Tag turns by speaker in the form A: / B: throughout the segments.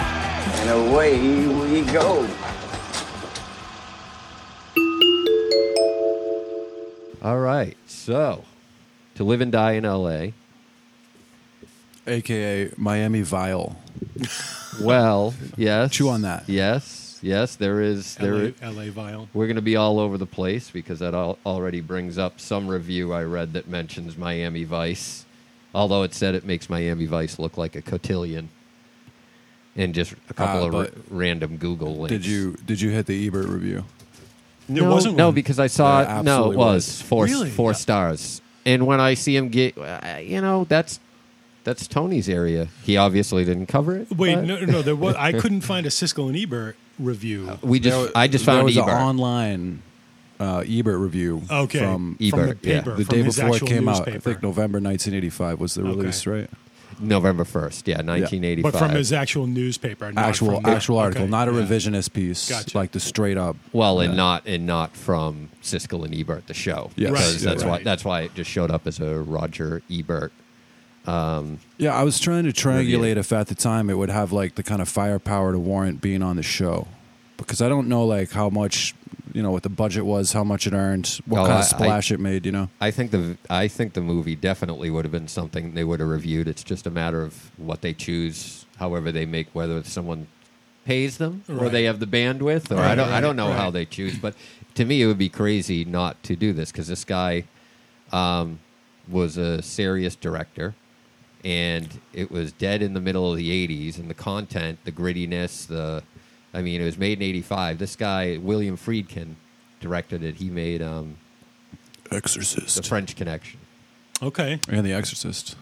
A: And away we go.
B: All right. So, to live and die in L.A.
C: AKA Miami Vile.
B: Well, yes.
C: Chew on that.
B: Yes, yes. There is there.
D: LA, LA Vile.
B: We're going to be all over the place because that al- already brings up some review I read that mentions Miami Vice, although it said it makes Miami Vice look like a cotillion, and just a couple
C: Ah,
B: of r-
C: but
B: random Google links.
C: Did you did you hit the Ebert review?
D: There
B: no,
D: wasn't
B: no,
D: one.
B: because I saw
C: There
B: no,
C: absolutely
B: it was,
C: was.
B: four
D: Really?
B: four
D: Yeah.
B: stars. And when I see him get, uh, you know, that's that's Tony's area. He obviously didn't cover it.
D: Wait,
B: but
D: no, no, no, there was. I couldn't find a Siskel and Ebert review.
B: we just
C: There-
B: I just
C: there
B: found
C: was
B: Ebert.
C: an online uh, Ebert review.
D: Okay,
C: From
D: the
B: Ebert, yeah.
D: paper,
C: the
D: from
C: day
D: his
C: before it
D: actual
C: came out, I
D: newspaper.
C: think November 1985 was the
D: Okay.
C: release, right?
B: November first, yeah, nineteen eighty five.
D: but from his actual newspaper, not
C: Actual
D: from the-
C: actual article,
D: okay,
C: not a
D: yeah.
C: revisionist piece,
D: Gotcha.
C: like the straight up.
B: Well, and
C: Yeah.
B: not and not from Siskel and Ebert, the show.
C: Yes.
B: because
D: Right,
B: that's why
D: right.
B: that's why it just showed up as a Roger Ebert.
C: Yeah, I was trying to triangulate if at the time it would have like the kind of firepower to warrant being on the show, because I don't know like how much you know what the budget was, how much it earned, what
B: Oh,
C: kind
B: I- I-
C: of splash it made. You know,
B: I think the I think the movie definitely would have been something they would have reviewed. It's just a matter of what they choose, however they make, whether someone pays them or
D: Right.
B: they have the bandwidth, or I
D: Right,
B: don't I
D: right,
B: don't know how
D: right.
B: they choose. But to me, it would be crazy not to do this because this guy um, was a serious director, and it was dead in the middle of the '80s. And the content, the grittiness, the I mean, it was made in '85. This guy William Friedkin directed it. He made um, The
C: Exorcist
B: French Connection.
D: Okay,
C: and The Exorcist.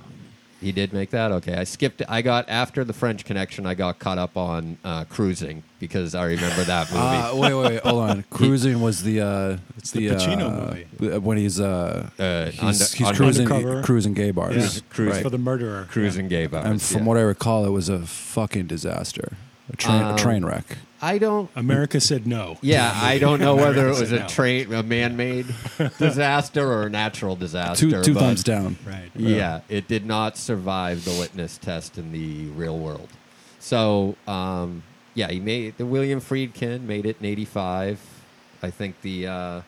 B: He did make that. Okay, I skipped. I got after the French Connection. I got caught up on uh, cruising because I remember that movie.
C: Uh, wait, wait, wait, hold on. Cruising was the uh, it's
D: the Pacino
C: uh,
D: movie.
C: the- when he's uh,
B: Uh,
C: he's,
B: under-
C: he's
B: under-
C: cruising
D: Undercover.
C: cruising gay bars.
D: yeah.
B: cruise-
D: for the murderer.
B: cruising gave out.
C: And from what I recall, it was a fucking disaster, a train,
D: Um,
C: a train wreck.
B: I, I don't.
D: America said no.
B: Yeah, I don't know whether it was
D: Said
B: a
D: no.
B: train, a man-made disaster or a natural disaster.
C: Two two
B: but-
C: thumbs down.
D: Right.
B: Yeah, it did not survive the litmus test in the real world. So, um, yeah, he made the William Friedkin made it in '85. I think the uh,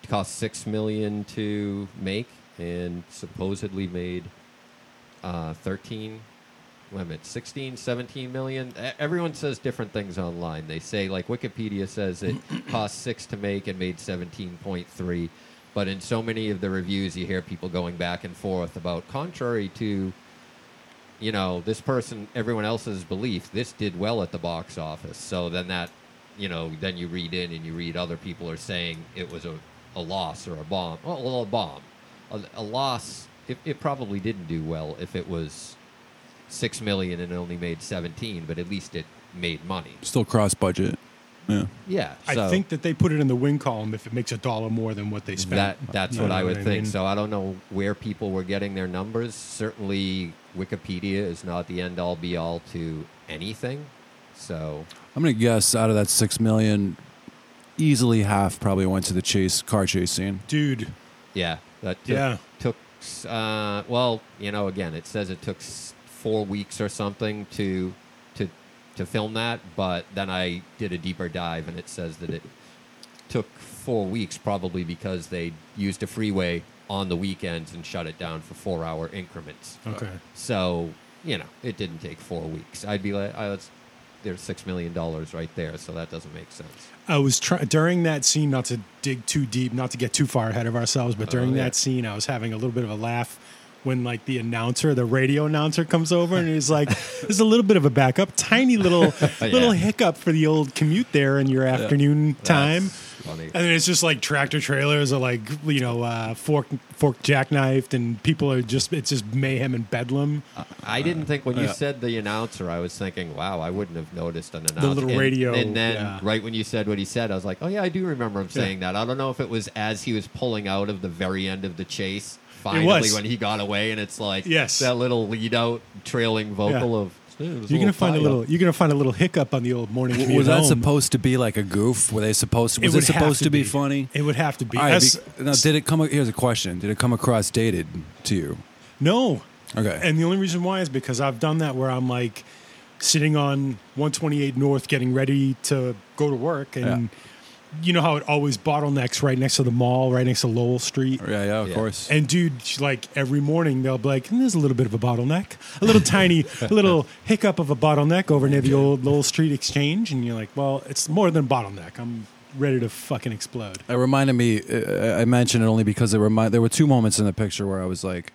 B: it cost six million to make, and supposedly made uh, 13 limit 16 17 million E- everyone says different things online they say like wikipedia says it cost six to make and made 17.3 but in so many of the reviews you hear people going back and forth about contrary to you know this person everyone else's belief this did well at the box office so then that you know then you read in and you read other people are saying it was a, a loss or a bomb well, well, a bomb a, a loss it, it probably didn't do well if it was six million and only made 17 but at least it made money
C: Still cross budget. Yeah.
B: yeah
D: I
B: so
D: think that they put it in the win column if it makes a dollar more than what they spent.
B: that that's
D: You
B: what
D: know
B: i would think
D: mean?
B: so i don't know where people were getting their numbers certainly wikipedia is not the end all be all to anything so
C: I'm gonna guess out of that six million, easily half probably went to the chase car chase scene.
D: dude.
B: Yeah, that took,
D: Yeah.
B: took s- uh, well, you know, again, it says it took s- four weeks or something to to to film that, but then I did a deeper dive, and it says that it took four weeks probably because they used a freeway on the weekends and shut it down for four hour increments.
D: Okay.
B: So you know, it didn't take four weeks. I'd be like, oh, it's, there's six million dollars right there, so that doesn't make sense.
D: I was trying during that scene not to dig too deep, not to get too far ahead of ourselves, but during
B: yeah.
D: that scene, I was having a little bit of a laugh when like the announcer, the radio announcer comes over and he's like, "There's a little bit of a backup, tiny little little hiccup for the old commute there in your afternoon time."
B: Funny.
D: And then it's just like tractor trailers are like you know uh, fork fork jackknifed, and people are just it's just mayhem and bedlam.
B: I didn't think when you said the announcer, I was thinking, "Wow, I wouldn't have noticed an announcer."
D: little
B: And-
D: radio,
B: And, then,
D: yeah.
B: right when you said what he said, I was like, "Oh yeah, I do remember him saying that." I don't know if it was as he was pulling out of the very end of the chase, finally
D: was.
B: when he got away, and it's like,
D: Yes.
B: that little lead out, trailing vocal
D: Yeah.
B: of.
D: You're gonna find a little you're gonna find a little hiccup on the old morning commute.
C: was that
D: home.
C: supposed to be like a goof? Were they supposed? To, was it,
D: would have
C: supposed to be, funny?
D: It would have to be.
C: All right,
D: That's-
C: be- now, did it come? Here's a question: Did it come across dated to you?
D: no.
C: Okay.
D: And the only reason why is because I've done that where I'm like, sitting on 128 North getting ready to go to work. And you know how it always bottlenecks right next to the mall, right next to Lowell Street.
C: Yeah, yeah, of
B: Yeah.
C: course.
D: And dude, like every morning they'll be like, "There's a little bit of a bottleneck, a little tiny, a little hiccup of a bottleneck over near the old Lowell Street Exchange," and you're like, "Well, it's more than a bottleneck. I'm ready to fucking explode."
C: It reminded me. uh, I mentioned it only because it remind. There were two moments in the picture where I was like,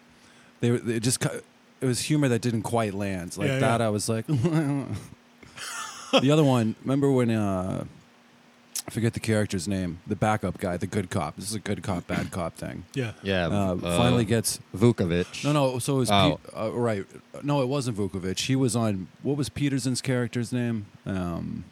C: they, were- they just. cu- It was humor that didn't quite land. Like
D: Yeah,
C: that,
D: yeah.
C: I was like. the other one. Remember when? Uh, I forget the character's name. The backup guy, the good cop. This is a good cop, bad cop thing.
D: Yeah,
B: Yeah.
C: Uh, finally gets
B: Vukovic.
C: no, no. So it was
B: Um, Oh.
C: Pe- uh, right. No, it wasn't Vukovic. He was on what was Peterson's character's name? Um,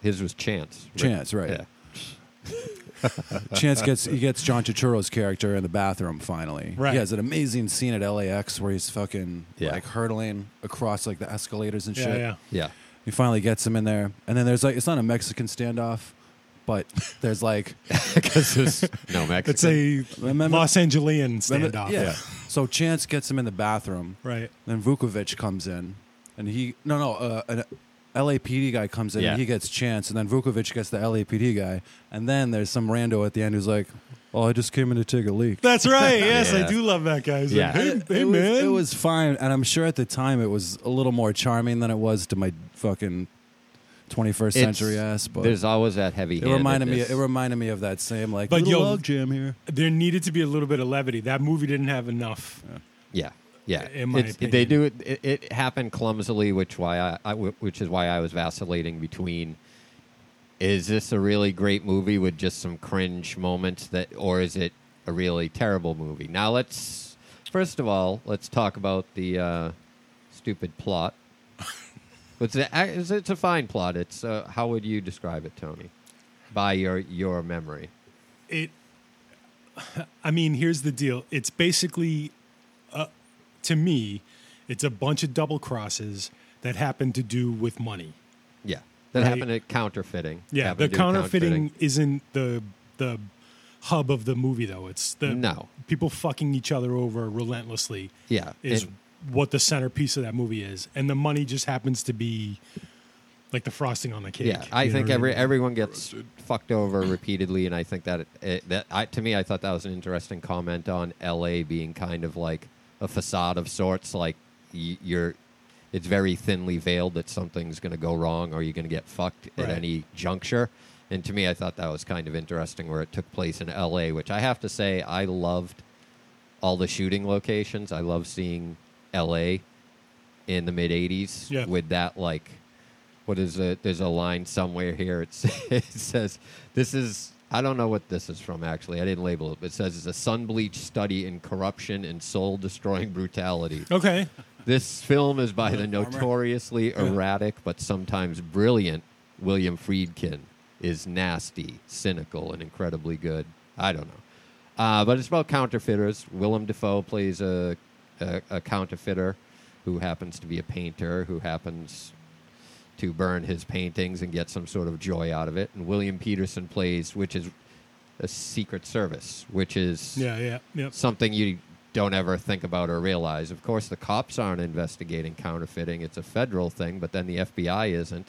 B: His was Chance.
C: Chance, right.
B: Yeah.
C: Chance gets he gets John Turturro's character in the bathroom finally.
D: Right.
C: He has an amazing scene at LAX where he's fucking
B: Yeah.
C: like hurtling across like the escalators and
D: yeah,
C: shit.
D: yeah.
B: Yeah.
C: He finally gets him in there, and then there's like it's not a Mexican standoff, but there's like
B: Because there's no Mexican.
D: It's a
C: Remember-
D: Los Angeles
C: remember-
D: standoff.
C: Yeah. So Chance gets him in the bathroom.
D: right.
C: Then Vukovic comes in, and he no no uh, an LAPD guy comes in,
B: Yeah.
C: and he gets Chance, and then Vukovic gets the LAPD guy, and then there's some rando at the end who's like, "Oh, I just came in to take a leak."
D: That's right. Yes, I
B: Yeah.
D: do love that guy. He's
B: Yeah.
D: like, hey,
C: it,
D: hey,
C: it was,
D: man.
C: it was fine, and I'm sure at the time it was a little more charming than it was to my fucking 21st
B: It's-
C: century ass. But
B: There's always that heavy.
C: it reminded me. It reminded me of that same like
D: But
C: little
D: yo-
C: log jam here.
D: there needed to be a little bit of levity. That movie didn't have enough.
B: Yeah, yeah.
D: in my
B: It's- they do it, it. It happened clumsily, which why I, I- which is why I was vacillating between. Is this a really great movie with just some cringe moments that, or is it a really terrible movie? Now let's first of all let's talk about the uh, stupid plot. It's a, it's it's a fine plot. It's uh, how would you describe it, Tony, by your your memory?
D: it i mean here's the deal it's basically uh, to me it's a bunch of double crosses that happen to do with money
B: Yeah, that
D: Right.
B: happened at counterfeiting.
D: yeah the
B: Happened to do
D: counterfeiting isn't the the hub of the movie though it's the
B: No.
D: people fucking each other over relentlessly
B: Yeah,
D: is
B: and-
D: what the centerpiece of that movie is and the money just happens to be like the frosting on the cake
B: Yeah, I
D: you know
B: think
D: what
B: every
D: mean?
B: everyone gets fucked over repeatedly, and I think that it, that I, to me, I thought that was an interesting comment on L.A. being kind of like a facade of sorts. Like y- you're, it's very thinly veiled that something's going to go wrong or you're going to get fucked
D: Right.
B: at any juncture. And to me, I thought that was kind of interesting where it took place in L.A., which I have to say I loved all the shooting locations. I love seeing L.A. in the mid '80s
D: Yeah.
B: with that like what is it? There's a line somewhere here. It's, it says this is I don't know what this is from actually. I didn't label it. But it says it's a sun bleached study in corruption and soul destroying brutality.
D: okay
B: This film is by the notoriously erratic but sometimes brilliant William Friedkin. Is nasty, cynical, and incredibly good. I don't know, uh, but it's about counterfeiters. Willem Dafoe plays a, a a counterfeiter who happens to be a painter who happens to burn his paintings and get some sort of joy out of it. And William Peterson plays, which is a Secret Service, which is
D: yeah yeah yeah
B: something you don't ever think about or realize. Of course, the cops aren't investigating counterfeiting, it's a federal thing, but then the FBI isn't.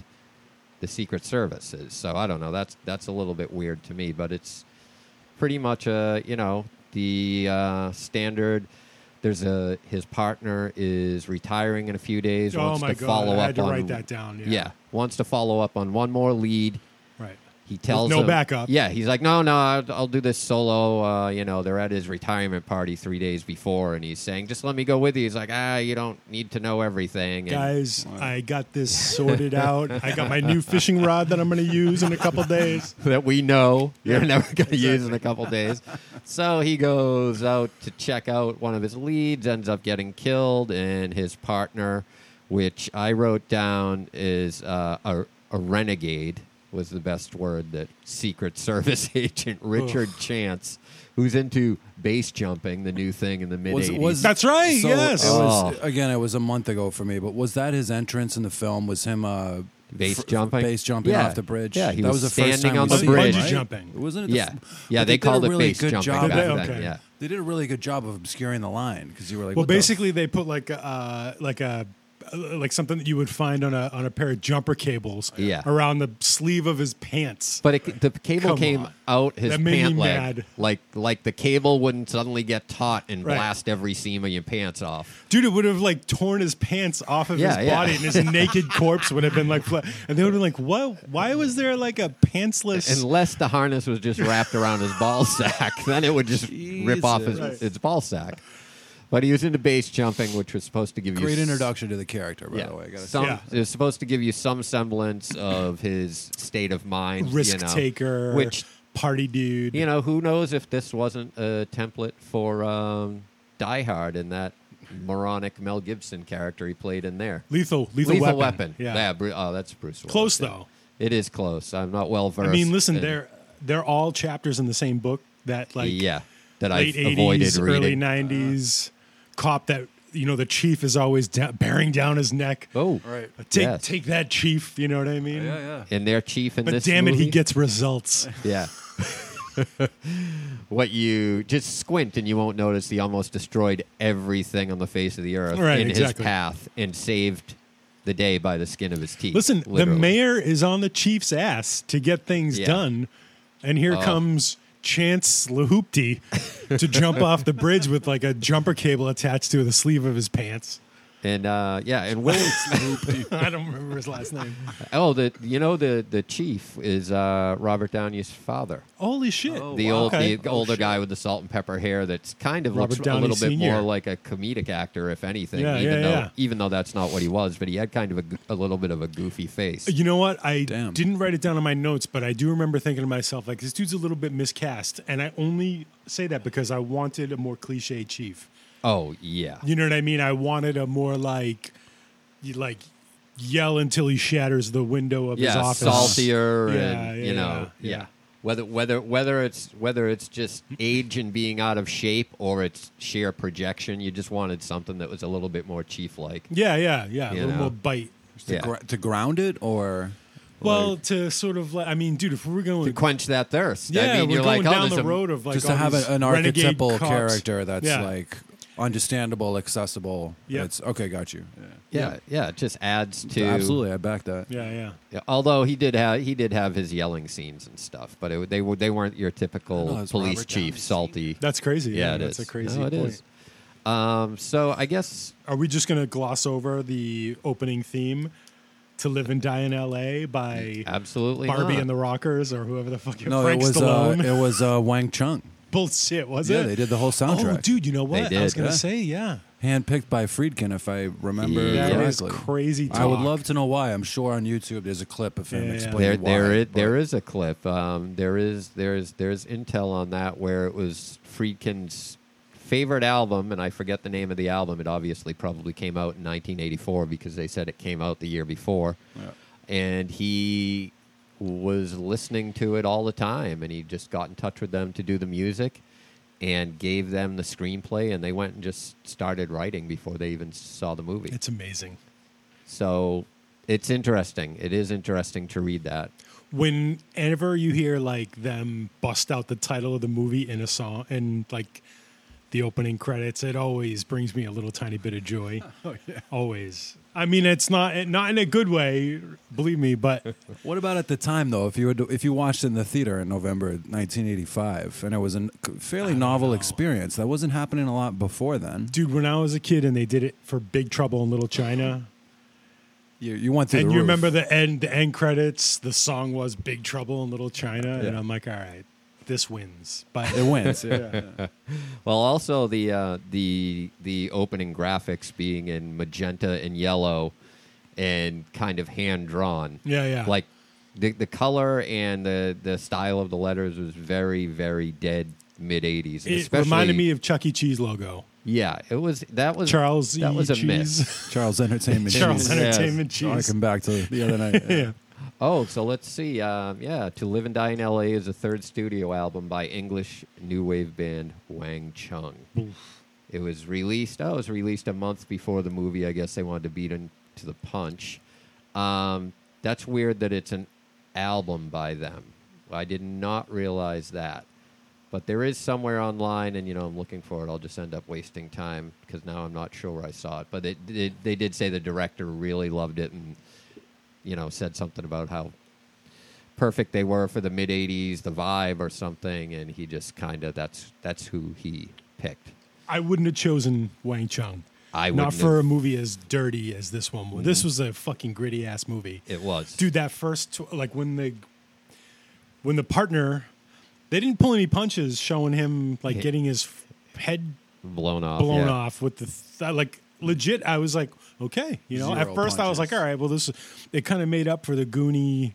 B: The Secret Service is. So I don't know. That's, that's a little bit weird to me, but it's pretty much a you know the uh, standard. There's a his partner is retiring in a few days.
D: Oh
B: wants
D: my
B: to
D: God,
B: follow
D: I
B: up
D: had to
B: on,
D: write that down, yeah.
B: wants to follow up on one more lead.
D: right
B: He tells
D: no
B: him-
D: backup.
B: Yeah, he's like, no, no, I'll, I'll do this solo. Uh, you know, they're at his retirement party three days before, and he's saying, just let me go with you. He's like, ah, you don't need to know everything. And
D: guys i got this sorted out i got my new fishing rod that i'm going to use in a couple days
B: that we know you're never going to use in a couple days. So he goes out to check out one of his leads, ends up getting killed, and his partner, which I wrote down, is uh, a, a renegade, was the best word that Secret Service agent Richard Chance, who's into base jumping, the new thing in the mid 80s.
D: That's right,
C: So
D: yes.
C: It was,
B: Oh.
C: Again, it was a month ago for me, but was that his entrance in the film? Was him uh,
B: Base
C: fr-
B: jumping?
C: base jumping
B: Yeah.
C: off the bridge?
B: Yeah, he
C: that
B: was
C: was, the first
B: standing
C: time
B: on
C: we
B: the
C: seen him,
B: bridge.
C: right?
D: Bungee
C: Wasn't it? the
B: yeah,
C: f-
B: yeah,
C: but
B: they
C: did a
B: called it
C: really
B: base
C: good
B: jumping
C: job.
B: back
D: Okay.
B: then. Yeah.
C: They did a really good job of obscuring the line because you were like,
D: well
C: what the
D: basically they put like a, uh, like a uh, like something that you would find on a on a pair of jumper cables
B: Yeah.
D: around the sleeve of his pants.
B: But it, the cable
D: Come
B: came
D: on.
B: out his
D: That made
B: pant
D: me
B: leg,
D: mad.
B: like like the cable wouldn't suddenly get taut and
D: Right.
B: blast every seam of your pants off.
D: Dude, it would have like torn his pants off of
B: Yeah,
D: his
B: yeah.
D: body, and his naked corpse would have been like, fla- and they would have been like, "What? Why was there like a pantsless?"
B: Unless the harness was just wrapped around his ball sack, then it would just rip off his,
D: Jesus.
B: his ball sack. But he was into base jumping, which was supposed to give you
C: Great
B: s-
C: introduction to the character, by
B: Yeah,
C: the way. I gotta say.
B: some,
D: Yeah.
B: it was supposed to give you some semblance of his state of mind, you
D: risk
B: know,
D: taker,
B: which
D: party dude.
B: you know, who knows if this wasn't a template for um, Die Hard and that moronic Mel Gibson character he played in there.
D: lethal, lethal,
B: Lethal Weapon.
D: Yeah,
B: Yeah. Bru- oh, that's Bruce. Willis.
D: close
B: yeah.
D: though.
B: It is close. I'm not well versed.
D: I mean, listen,
B: in-
D: they're they're all chapters in the same book that like
B: yeah that
D: late
B: I've
D: eighties,
B: avoided
D: early
B: reading.
D: nineties cop that you know the chief is always da- bearing down his neck.
B: oh,
C: Right.
D: take
B: yes.
D: take that chief. You know what I mean?
C: Yeah, yeah.
B: and their chief in
D: But
B: this.
D: damn it, he
B: movie?
D: gets results.
B: Yeah. what you just squint and you won't notice he almost destroyed everything on the face of the earth
D: Right,
B: in
D: exactly.
B: his path and saved the day by the skin of his teeth.
D: Listen,
B: literally.
D: the mayor is on the chief's ass to get things
B: Yeah. Oh.
D: done, and here comes Chance Lahoopty to jump off the bridge with like a jumper cable attached to the sleeve of his pants.
B: and uh, yeah, and Will.
D: I don't remember his last name.
B: oh, the you know the the chief is uh, Robert Downey's father.
D: Holy shit!
B: The
C: Oh, wow.
B: old,
D: Oh, Okay.
B: the older guy with the salt and pepper hair that's kind of
D: Robert
B: looks
D: Downey
B: a little bit
D: Sr..
B: more like a comedic actor, if anything.
D: Yeah,
B: even
D: yeah,
B: though,
D: yeah.
B: even though that's not what he was, but he had kind of a, go- a little bit of a goofy face.
D: You know what? I
C: Damn.
D: didn't write it down in my notes, but I do remember thinking to myself, like, this dude's a little bit miscast. And I only say that because I wanted a more cliche chief.
B: Oh yeah,
D: You know what I mean? I wanted a more like, you like, yell until he shatters the window of his
B: yeah,
D: office.
B: saltier
D: Yeah,
B: and
D: yeah,
B: you know,
D: yeah,
B: yeah.
D: yeah.
B: Whether whether whether it's whether it's just age and being out of shape or it's sheer projection, you just wanted something that was a little bit more chief like.
D: Yeah, yeah, yeah. A
B: You
D: little
B: know.
D: more bite.
C: To,
B: Yeah.
C: gr- to ground it or
D: Well, to sort of like, I mean, dude, if we're going
B: To quench that thirst.
D: yeah,
B: I mean,
D: we're
B: you're
D: going
B: like, oh,
D: down
B: there's
D: the
B: a-
D: road of like
C: just
D: all
C: to have
D: these
C: a- an
D: renegade
C: archetypal
D: cops.
C: character that's
D: Yeah.
C: like understandable, accessible.
D: Yeah.
C: It's okay, got you.
B: Yeah, yeah, it just adds to
C: Absolutely, I back that.
D: yeah, yeah.
B: Yeah, although he did have he did have his yelling scenes and stuff, but it, they were they weren't your typical
C: No, it's
B: police
C: Robert
B: chief,
C: Downey
B: salty.
D: That's crazy.
B: yeah, it
D: that's
B: is.
D: a crazy
B: No, it
D: point.
B: is. Um, so I guess
D: Are we just going to gloss over the opening theme to Live and Die in LA by
B: absolutely
D: Barbie
B: not.
D: and the Rockers or whoever the fuck
C: No,
D: Frank
C: it was uh,
D: Stallone?
C: it was uh, Wang Chung,
D: Bullshit, was
C: Yeah,
D: it?
C: they did the whole
D: Oh,
C: soundtrack.
D: dude, you know what? I
B: did,
D: was going to
C: yeah.
D: say, yeah.
C: handpicked by Friedkin, if I remember
B: Yeah.
D: That
C: correctly.
D: is crazy talk.
C: I would love to know why. I'm sure on YouTube there's a clip of him
D: Yeah, yeah.
B: there
C: explaining
B: there
C: why,
B: is,
C: but-
B: there is a clip. Um, there is there's there's intel on that where it was Friedkin's favorite album, and I forget the name of the album. It obviously probably came out in 1984 because they said it came out the year before, and he was listening to it all the time, and he just got in touch with them to do the music. And gave them the screenplay, and they went and just started writing before they even saw the movie.
D: It's amazing.
B: so it's interesting. It is interesting to read that.
D: Whenever you hear like them bust out the title of the movie in a song and like the opening credits, it always brings me a little tiny bit of joy. oh yeah, always. I mean, it's not not in a good way, believe me, but
C: What about at the time though? If you were to, if you watched it in the theater in November 1985, and it was a n- fairly novel experience that wasn't happening a lot before then.
D: dude, when I was a kid and they did it for Big Trouble in Little China,
C: You, you went through
D: and
C: the
D: you
C: roof.
D: remember the end the end credits, the song was Big Trouble in Little China, and I'm like, all right, this wins, but
C: it wins. yeah.
B: Well, also the uh, the the opening graphics being in magenta and yellow, and kind of hand drawn.
D: Yeah, yeah.
B: Like the the color and the the style of the letters was very very dead mid eighties.
D: it reminded me of Chuck E. Cheese logo,
B: Yeah, it was that was
D: Charles
B: That
D: E.
B: was a
D: Cheese.
B: miss.
C: Charles Entertainment. Oh,
D: Charles
B: Yes.
D: Entertainment
C: I
D: Cheese.
C: come back to the other night.
D: yeah.
B: Oh, so let's see. Um, yeah, "To Live and Die in L.A." is a third studio album by English new wave band Wang Chung. It was released. Oh, it was released a month before the movie. I guess they wanted to beat him to the punch. Um, that's weird that it's an album by them. I did not realize that. But there is somewhere online, and you know I'm looking for it. I'll just end up wasting time because now I'm not sure where I saw it. But it, it, they did say the director really loved it, and you know said something about how perfect they were for the mid '80s, the vibe or something. And he just kind of that's that's who he picked.
D: I wouldn't have chosen Wang Chung.
B: I
D: not
B: wouldn't
D: for
B: have. Mm-hmm.
D: a movie as dirty as this one. was. This was a fucking gritty ass movie.
B: It was.
D: dude. That first, tw- like when the when the partner, they didn't pull any punches, showing him like getting his f- head
B: blown off.
D: blown
B: yeah.
D: off with the th- like legit. I was like, okay, you know. at
C: Zero
D: first, I was like,
C: punches.
D: all right, well, this it kind of made up for the Goonie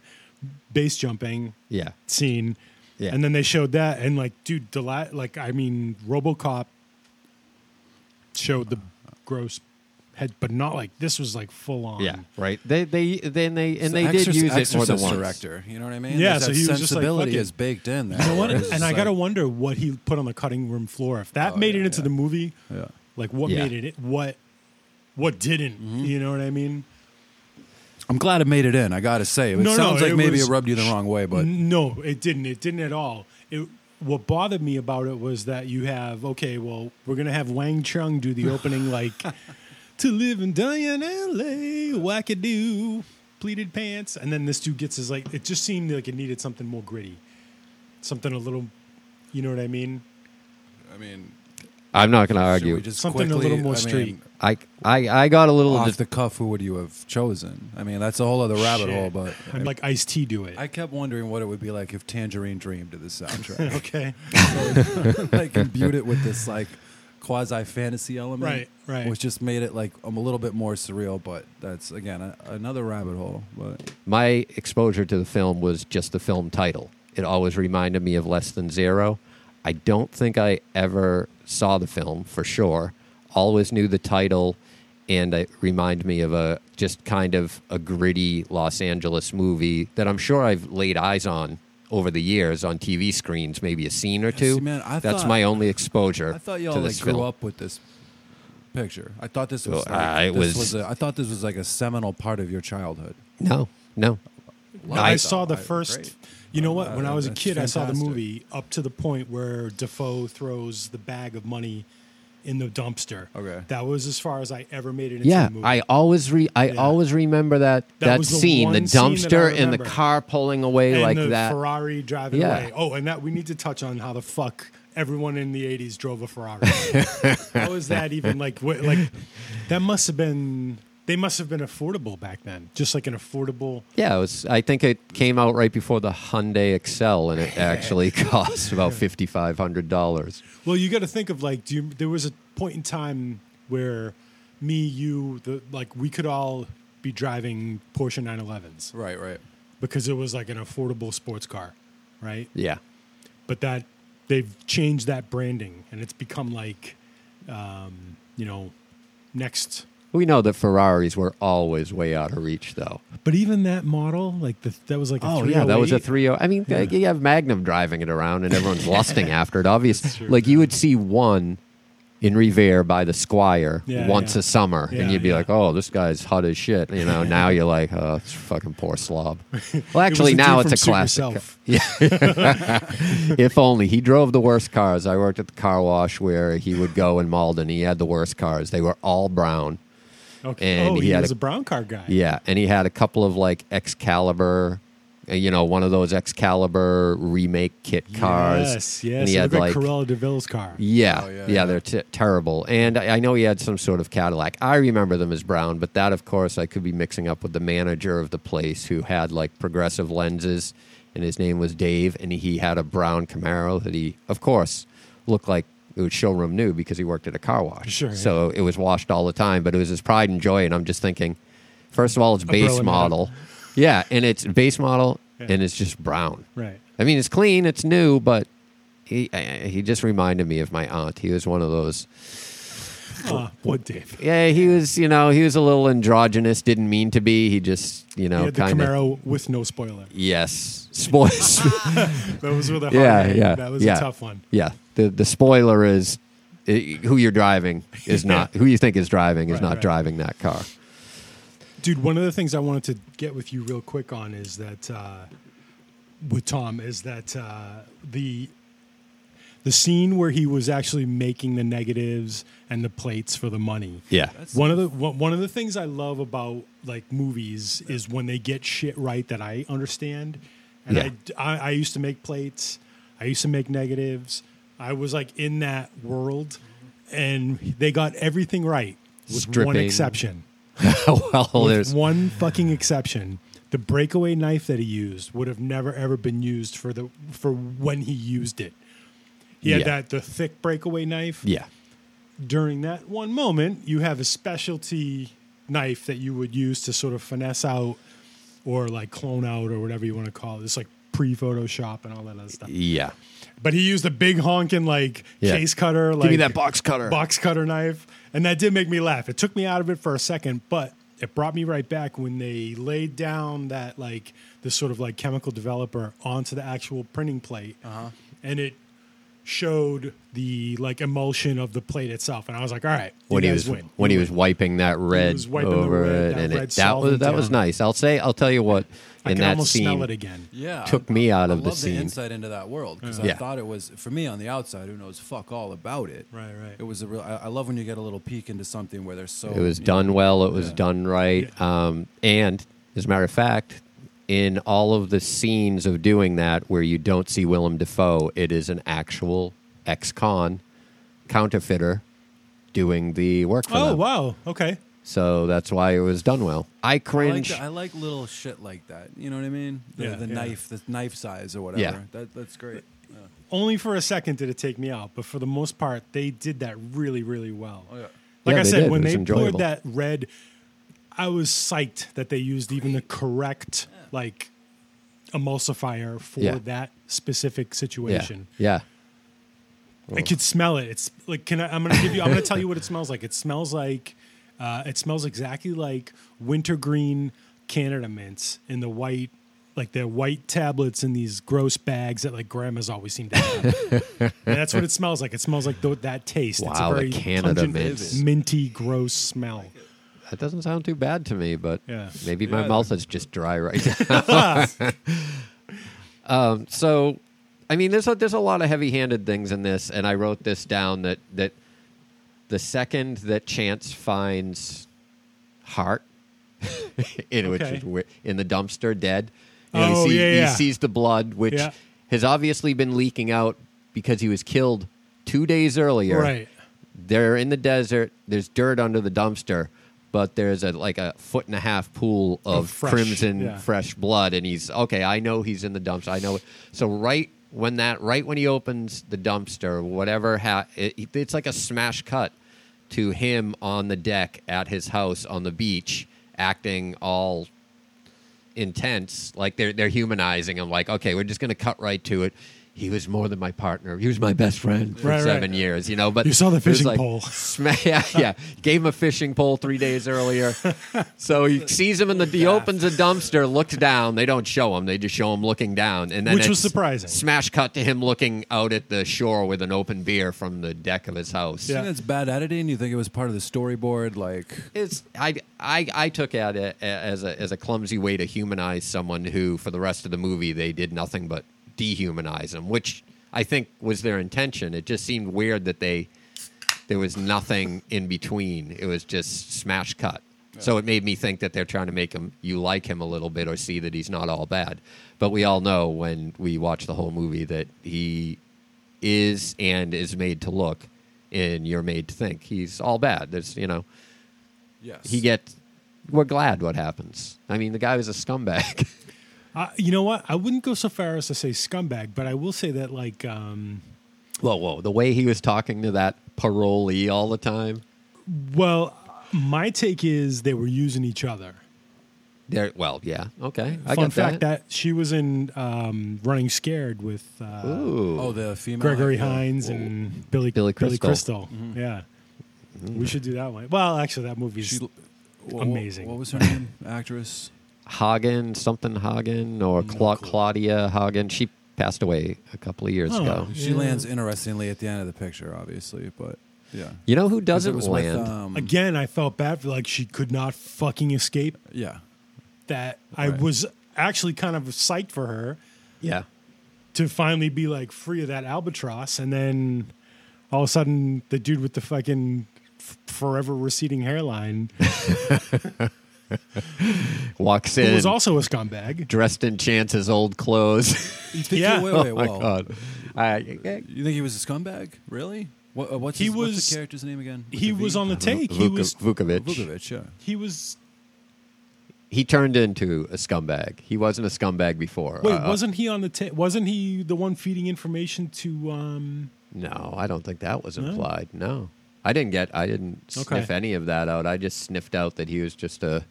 D: base jumping
B: Yeah.
D: scene.
B: Yeah.
D: And then they showed that, and like, dude, the la- like, I mean, RoboCop showed the gross head, but not like this was like full on.
B: Yeah, right. They they then they and they did
C: Exorc-
B: use it more than
C: Exorcist
B: once.
C: director. You know what I mean?
D: Yeah,
C: There's
D: so
C: that
D: he was just, like,
C: sensibility
D: fucking-
C: is baked in there.
D: You know what?
C: It's
D: And I
C: like-
D: gotta wonder what he put on the cutting room floor. If that
C: Oh,
D: made
C: yeah,
D: it into
C: yeah.
D: the movie,
C: Yeah. Mm-hmm.
D: like what
B: Yeah.
D: made it, what, what didn't? You know what I mean?
C: I'm glad it made it in. I gotta say, it
D: No, no,
C: sounds like
D: it
C: maybe
D: was-
C: it rubbed you the wrong way, but
D: N- no, it didn't. It didn't at all. It what bothered me about it was that you have okay, well, we're gonna have Wang Chung do the opening like to live and die in LA, wackadoo, pleated pants, and then this dude gets his like it just seemed like it needed something more gritty. Something a little you know what I mean?
C: I mean,
B: I'm not going to
C: should
B: argue.
C: we just
D: Mm-hmm. Something a
C: quickly-
D: little more
C: I mean,
D: straight.
B: I, I I got a little
C: off
B: just
C: the cuff, who would you have chosen? I mean, that's a whole other rabbit hole. But
D: I'm like Ice T do it.
C: I kept wondering what it would be like if Tangerine Dream did the soundtrack.
D: okay.
C: like imbued it with this like quasi fantasy element,
D: Right, right.
C: which just made it like um, a little bit more surreal. But that's again a, another rabbit hole. But
B: my exposure to the film was just the film title. It always reminded me of Less Than Zero. I don't think I ever saw the film for sure. Always knew the title, and it reminded me of a just kind of a gritty Los Angeles movie that I'm sure I've laid eyes on over the years on TV screens, maybe a scene or two.
C: see, man, I
B: That's
C: thought-
B: my only exposure.
C: I thought
B: to
C: y'all
B: this
C: like grew
B: film.
C: up with this picture. I thought this was.
B: Oh,
C: like,
B: uh, it
C: this
B: was-
C: a, I thought this was like a seminal part of your childhood.
B: No, no.
D: I,
B: I-
D: saw the
C: I-
D: first.
C: great.
D: You know what? When
C: Uh,
D: I was a
C: that's
D: kid, I saw the
C: fantastic.
D: movie up to the point where Defoe throws the bag of money in the dumpster.
C: Okay.
D: that was as far as I ever made it. Into
B: Yeah,
D: the movie.
B: I always re I
D: Yeah.
B: always remember that
D: That
B: that,
D: was the
B: scene, the
D: one scene that I
B: dumpster and the
D: remember.
B: car pulling away
D: and
B: like
D: the
B: that.
D: Ferrari driving
B: Yeah.
D: away. Oh, and that we need to touch on how the fuck everyone in the '80s drove a Ferrari. how is that even like? What, like that must have been. They must have been affordable back then, just like an affordable.
B: Yeah, it was. I think it came out right before the Hyundai Excel, and it actually cost about fifty five hundred dollars.
D: Well, you got to think of like, do you, there was a point in time where me, you, the like, we could all be driving Porsche 911s
C: Right, right.
D: because it was like an affordable sports car, right?
B: Yeah,
D: But that they've changed that branding and it's become like, um, you know, next.
B: we know that Ferraris were always way out of reach, though.
D: But even that model, like the, that was like a
B: Oh, yeah, that was a
D: 308.
B: three. I mean, like, you have Magnum driving it around, and everyone's lusting after it. Obvious, like you would see one in Revere by the Squire
D: Yeah,
B: once
D: yeah.
B: a summer,
D: Yeah,
B: and you'd be
D: yeah.
B: like, "Oh, this guy's hot as shit." You know. now you're like, "Oh, it's fucking poor slob." Well,
D: It was
B: actually,
D: the dude
B: now
D: from
B: it's a
D: Suit
B: classic.
D: Yourself.
B: If only he drove the worst cars. I worked at the car wash where he would go in Malden. He had the worst cars. They were all brown.
D: Okay.
B: And
D: oh,
B: he
D: he,
B: had
D: was a,
B: a-
D: brown car guy.
B: Yeah, and he had a couple of like Excalibur, uh, you know, one of those Excalibur remake kit cars.
D: Yes, yes.
B: And he
D: it
B: had
D: looked like
B: like
D: Corella DeVille's car.
B: yeah,
C: Oh, yeah,
B: yeah,
C: yeah.
B: they're t- terrible. And I, I know he had some sort of Cadillac. I remember them as brown, but that, of course, I could be mixing up with the manager of the place who had like progressive lenses, and his name was Dave, and he had a brown Camaro that he, of course, looked like it was showroom new because he worked at a car wash.
D: Sure, yeah.
B: So it was washed all the time, but it was his pride and joy. And I'm just thinking, first of all, it's base
D: Berlin
B: model. Yeah, and it's base model, and it's just brown.
D: Right.
B: I mean, it's clean, it's new, but he I, he just reminded me of my aunt. He was one of those.
D: Uh, what, Dave?
B: Yeah, he was. You know, he was a little androgynous. Didn't mean to be. He just, you
D: He
B: know,
D: had the
B: kind of.
D: Camaro with no spoiler.
B: Yes, spoils.
D: Those were the hard
B: yeah,
D: hit.
B: yeah,
D: That was
B: yeah.
D: a tough one.
B: Yeah, the the spoiler is i who you're driving is not who you think is driving is
D: Right,
B: not
D: right.
B: driving that car.
D: Dude, one of the things I wanted to get with you real quick on is that uh, with Tom is that uh, the the scene where he was actually making the negatives and the plates for the money.
B: Yeah.
D: one of the one one of the things I love about like movies is when they get shit right that I understand. And
B: Yeah.
D: I, I I used to make plates. I used to make negatives. I was like in that world, and they got everything right with one
B: Stripping.
D: exception.
B: well,
D: With
B: there's
D: one fucking exception. The breakaway knife that he used would have never ever been used for the for when he used it. He had
B: Yeah.
D: that the thick breakaway knife.
B: yeah,
D: During that one moment, you have a specialty knife that you would use to sort of finesse out or like clone out or whatever you want to call it. It's like pre Photoshop and all that other stuff.
B: yeah.
D: But he used a big honking like
B: Yeah.
D: case cutter. Like,
B: Give me that box cutter.
D: box cutter knife, and that did make me laugh. It took me out of it for a second, but it brought me right back when they laid down that like this sort of like chemical developer onto the actual printing plate, uh-huh. and it showed the like emulsion of the plate itself. And I was like, all right, you
B: when he
D: guys
B: was
D: win.
B: when he
D: You
B: was
D: win.
B: wiping that red
D: was wiping the
B: over
D: red-
B: it, and
D: that red
B: it, that was
D: solvent
B: that was
D: down.
B: nice. I'll say I'll tell you what
D: I
B: in
D: can
B: that
D: almost
B: scene.
D: smell it again.
C: Yeah,
B: Took
C: I-
B: me out
C: I
B: of the
C: love
B: scene.
C: The insight into that world because I
B: Yeah.
C: thought it was for me on the outside who knows fuck all about it.
D: Right, right.
C: It was a real. I, I love when you get a little peek into something where there's so
B: It was
C: you know,
B: done well. It was done right. Um, and as a matter of fact, in all of the scenes of doing that where you don't see Willem Dafoe, it is an actual ex-con counterfeiter doing the work for
D: Oh
B: them.
D: wow, okay.
B: So that's why it was done well. I
C: I like,
B: cringe.
C: that- I like little shit like that. You know what I mean? The,
D: Yeah,
C: the
D: yeah.
C: knife, the knife size or whatever.
B: Yeah.
C: That, that's great. Yeah.
D: Only for a second did it take me out, but for the most part, they did that really, really well.
C: yeah.
D: Like
B: Oh, Yeah,
D: I
B: they
D: said,
B: did.
D: when
B: It was
D: they poured
B: enjoyable.
D: that red, I was psyched that they used even the correct like emulsifier for
B: Yeah.
D: that specific
B: yeah.
D: situation.
B: Yeah.
D: I could smell it. It's like can I? I'm gonna give you. I'm gonna tell you what it smells like. It smells like, uh, it smells exactly like wintergreen Canada mints in the white, like the white tablets in these gross bags that like grandmas always seem to have. And that's what it smells like. It smells like tho- that taste. it's
B: Wow,
D: a
B: the
D: very
B: Canada
D: pungent,
B: mints.
D: minty, gross smell.
B: That doesn't sound too bad to me, but
D: Yeah.
B: maybe my
C: Yeah.
B: mouth is just dry right now. um, so, I mean, there's a, there's a lot of heavy-handed things in this, and I wrote this down that that the second that Chance finds Hart in which
D: Okay.
B: is whi- in the dumpster dead, and
D: Oh,
B: he,
D: yeah, yeah.
B: he sees the blood, which
D: Yeah.
B: has obviously been leaking out because he was killed two days earlier
D: Right.
B: they're in the desert. There's dirt under the dumpster, but there's a like a foot and a half pool of,
D: Of fresh,
B: crimson
D: yeah.
B: fresh blood, and he's okay. I know he's in the dumpster. I know it. So right when that, right when he opens the dumpster, whatever, ha- it, it's like a smash cut to him on the deck at his house on the beach, acting all intense. Like they're they're humanizing him. Like okay, we're just gonna cut right to it. He was more than my partner. He was my best friend for
D: Right, right.
B: seven years. You know, but
D: You saw the
B: it was
D: fishing
B: like,
D: pole.
B: sma- yeah, yeah. Gave him a fishing pole three days earlier. so he sees him in the he opens a dumpster, looks down. They don't show him. They just show him looking down, and then
D: Which was
B: it's
D: surprising.
B: Smash cut to him looking out at the shore with an open beer from the deck of his house.
D: Yeah.
C: Isn't that's bad editing? You think it was part of the storyboard? Like,
B: It's I, I I took at it as a as a clumsy way to humanize someone who for the rest of the movie they did nothing but dehumanize them, which I think was their intention. It just seemed weird that they there was nothing in between. It was just smash cut. So it made me think that they're trying to make him you like him a little bit or see that he's not all bad. But we all know when we watch the whole movie that he is and is made to look and you're made to think he's all bad. There's you know
C: yes.
B: he gets we're glad what happens i mean the guy was a scumbag
D: Uh, you know what? I wouldn't go so far as to say scumbag, but I will say that like. um
B: whoa whoa the way he was talking to that parolee all the time
D: Well, my take is they were using each other.
B: there well yeah okay i
D: Fun
B: got
D: fact that. she was in um, Running Scared with uh,
B: Ooh.
C: Oh, the female.
D: Gregory
C: yeah.
D: Hines and Billy
B: Billy Crystal. Mm.
D: Crystal.
C: Mm-hmm.
D: Yeah, we should do that one. Well, actually, that movie's
C: She- Wha- wha-
D: amazing.
C: What was her name? Actress.
B: hagen something hagen or Cla- claudia hagen she passed away a couple of years
D: Oh.
B: ago
C: She
D: Yeah.
C: lands interestingly at the end of the picture, obviously, but yeah.
B: you know who
C: 'Cause
B: doesn't
C: it was with,
B: land
D: uh,
C: um,
D: again. I felt bad for like she could not fucking escape
C: yeah.
D: that. I
C: Right.
D: was actually kind of psyched for her
B: yeah
D: to finally be like free of that albatross, and then all of a sudden the dude with the fucking f- forever receding hairline
B: Walks
D: who
B: in,
D: was also a scumbag.
B: dressed in Chance's old clothes.
C: You think
D: Yeah.
C: He, wait,
B: oh
C: wait,
B: my
C: whoa.
B: god! I,
C: You think he was a scumbag? Really? What, uh, what's,
D: He
C: his, what's
D: was-
C: the character's name again? With
D: He
C: the V?
D: was on the take. He
B: Vuko-
D: was
B: Vukovic.
C: Vukovic, yeah.
D: he was
B: He turned into a scumbag. He wasn't a scumbag before.
D: wait,
B: Uh,
D: wasn't he on the ta- wasn't he the one feeding information to um
B: No, I don't think that was implied. No, I didn't get. I didn't sniff
D: Okay.
B: any of that out. I just sniffed out that he was just a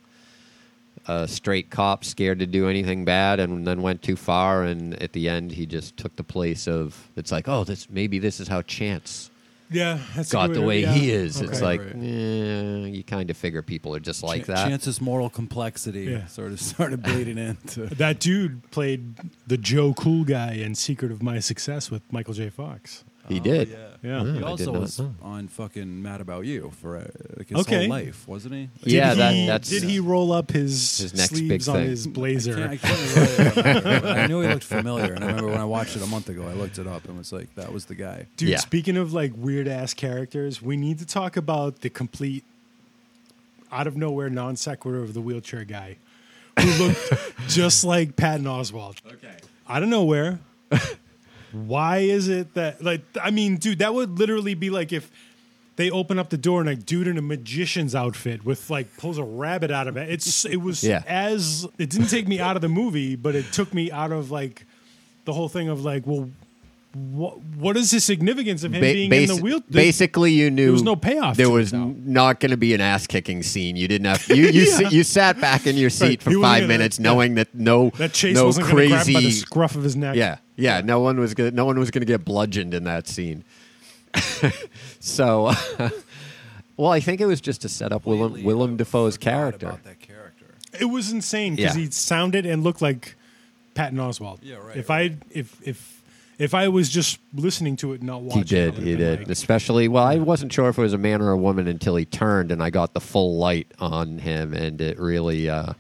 B: a straight cop, scared to do anything bad, and then went too far. And at the end, he just took the place of. It's like, oh, this maybe this is how Chance
D: yeah, that's a
B: got
D: good
B: the
D: to-
B: way
D: yeah.
B: he is. It's
D: Okay.
B: like,
C: Right.
B: eh, you kind of figure people are just like
C: Ch-
B: that.
C: Chance's moral complexity
D: Yeah.
C: sort of started bleeding into.
D: that dude played the Joe Cool guy in Secret of My Success with Michael J. Fox.
C: Oh,
B: He did.
D: Oh, Yeah.
B: Yeah.
C: He
B: I did
C: also
B: not
C: was
B: know.
C: on fucking Mad About You for uh, like his
D: Okay.
C: whole life, wasn't he? Like,
B: Yeah,
D: did
B: that-
D: he,
B: that's-
D: did he roll up his,
B: His next big
D: sleeves on
B: thing.
D: his
C: I, can't,
D: blazer?
C: I, can't really remember, but I knew he looked familiar, and I remember when I watched it a month ago, I looked it up and was like, "That was the guy."
D: Dude,
B: Yeah.
D: speaking of like weird ass characters, we need to talk about the complete out of nowhere non sequitur of the wheelchair guy who looked just like Patton Oswald. Okay. Out of nowhere. Why is it that like I mean, dude, that would literally be like if they open up the door and a dude in a magician's outfit with like pulls a rabbit out of it. It's it was
B: Yeah.
D: as it didn't take me out of the movie, but it took me out of like the whole thing of like, well, what what is the significance of him
B: Ba-
D: being in
B: basi-
D: the wheel?
B: basically, you knew
D: was no payoff
B: There
D: to it,
B: was
D: though.
B: n- not going to be an ass kicking scene. You didn't have you you, si- you sat back in your seat
D: Right.
B: for
D: He wasn't
B: five
D: gonna-
B: minutes,
D: yeah.
B: knowing that no
D: that chase
B: no
D: wasn't going to
B: crazy
D: grab him by the scruff of his neck.
B: yeah yeah no one was gonna no one was going to get bludgeoned in that scene. so, well, I think it was just to set up Willem Willem Dafoe's character.
C: About that character.
D: it was insane because
B: Yeah.
D: he sounded and looked like Patton Oswald.
C: Yeah, right,
D: If I if if if I was just listening to it, and not watching,
B: He did.
D: it, I
B: He
D: would've been
B: did.
D: like-
B: Especially, well, I wasn't sure if it was a man or a woman until he turned and I got the full light on him, and it really, uh,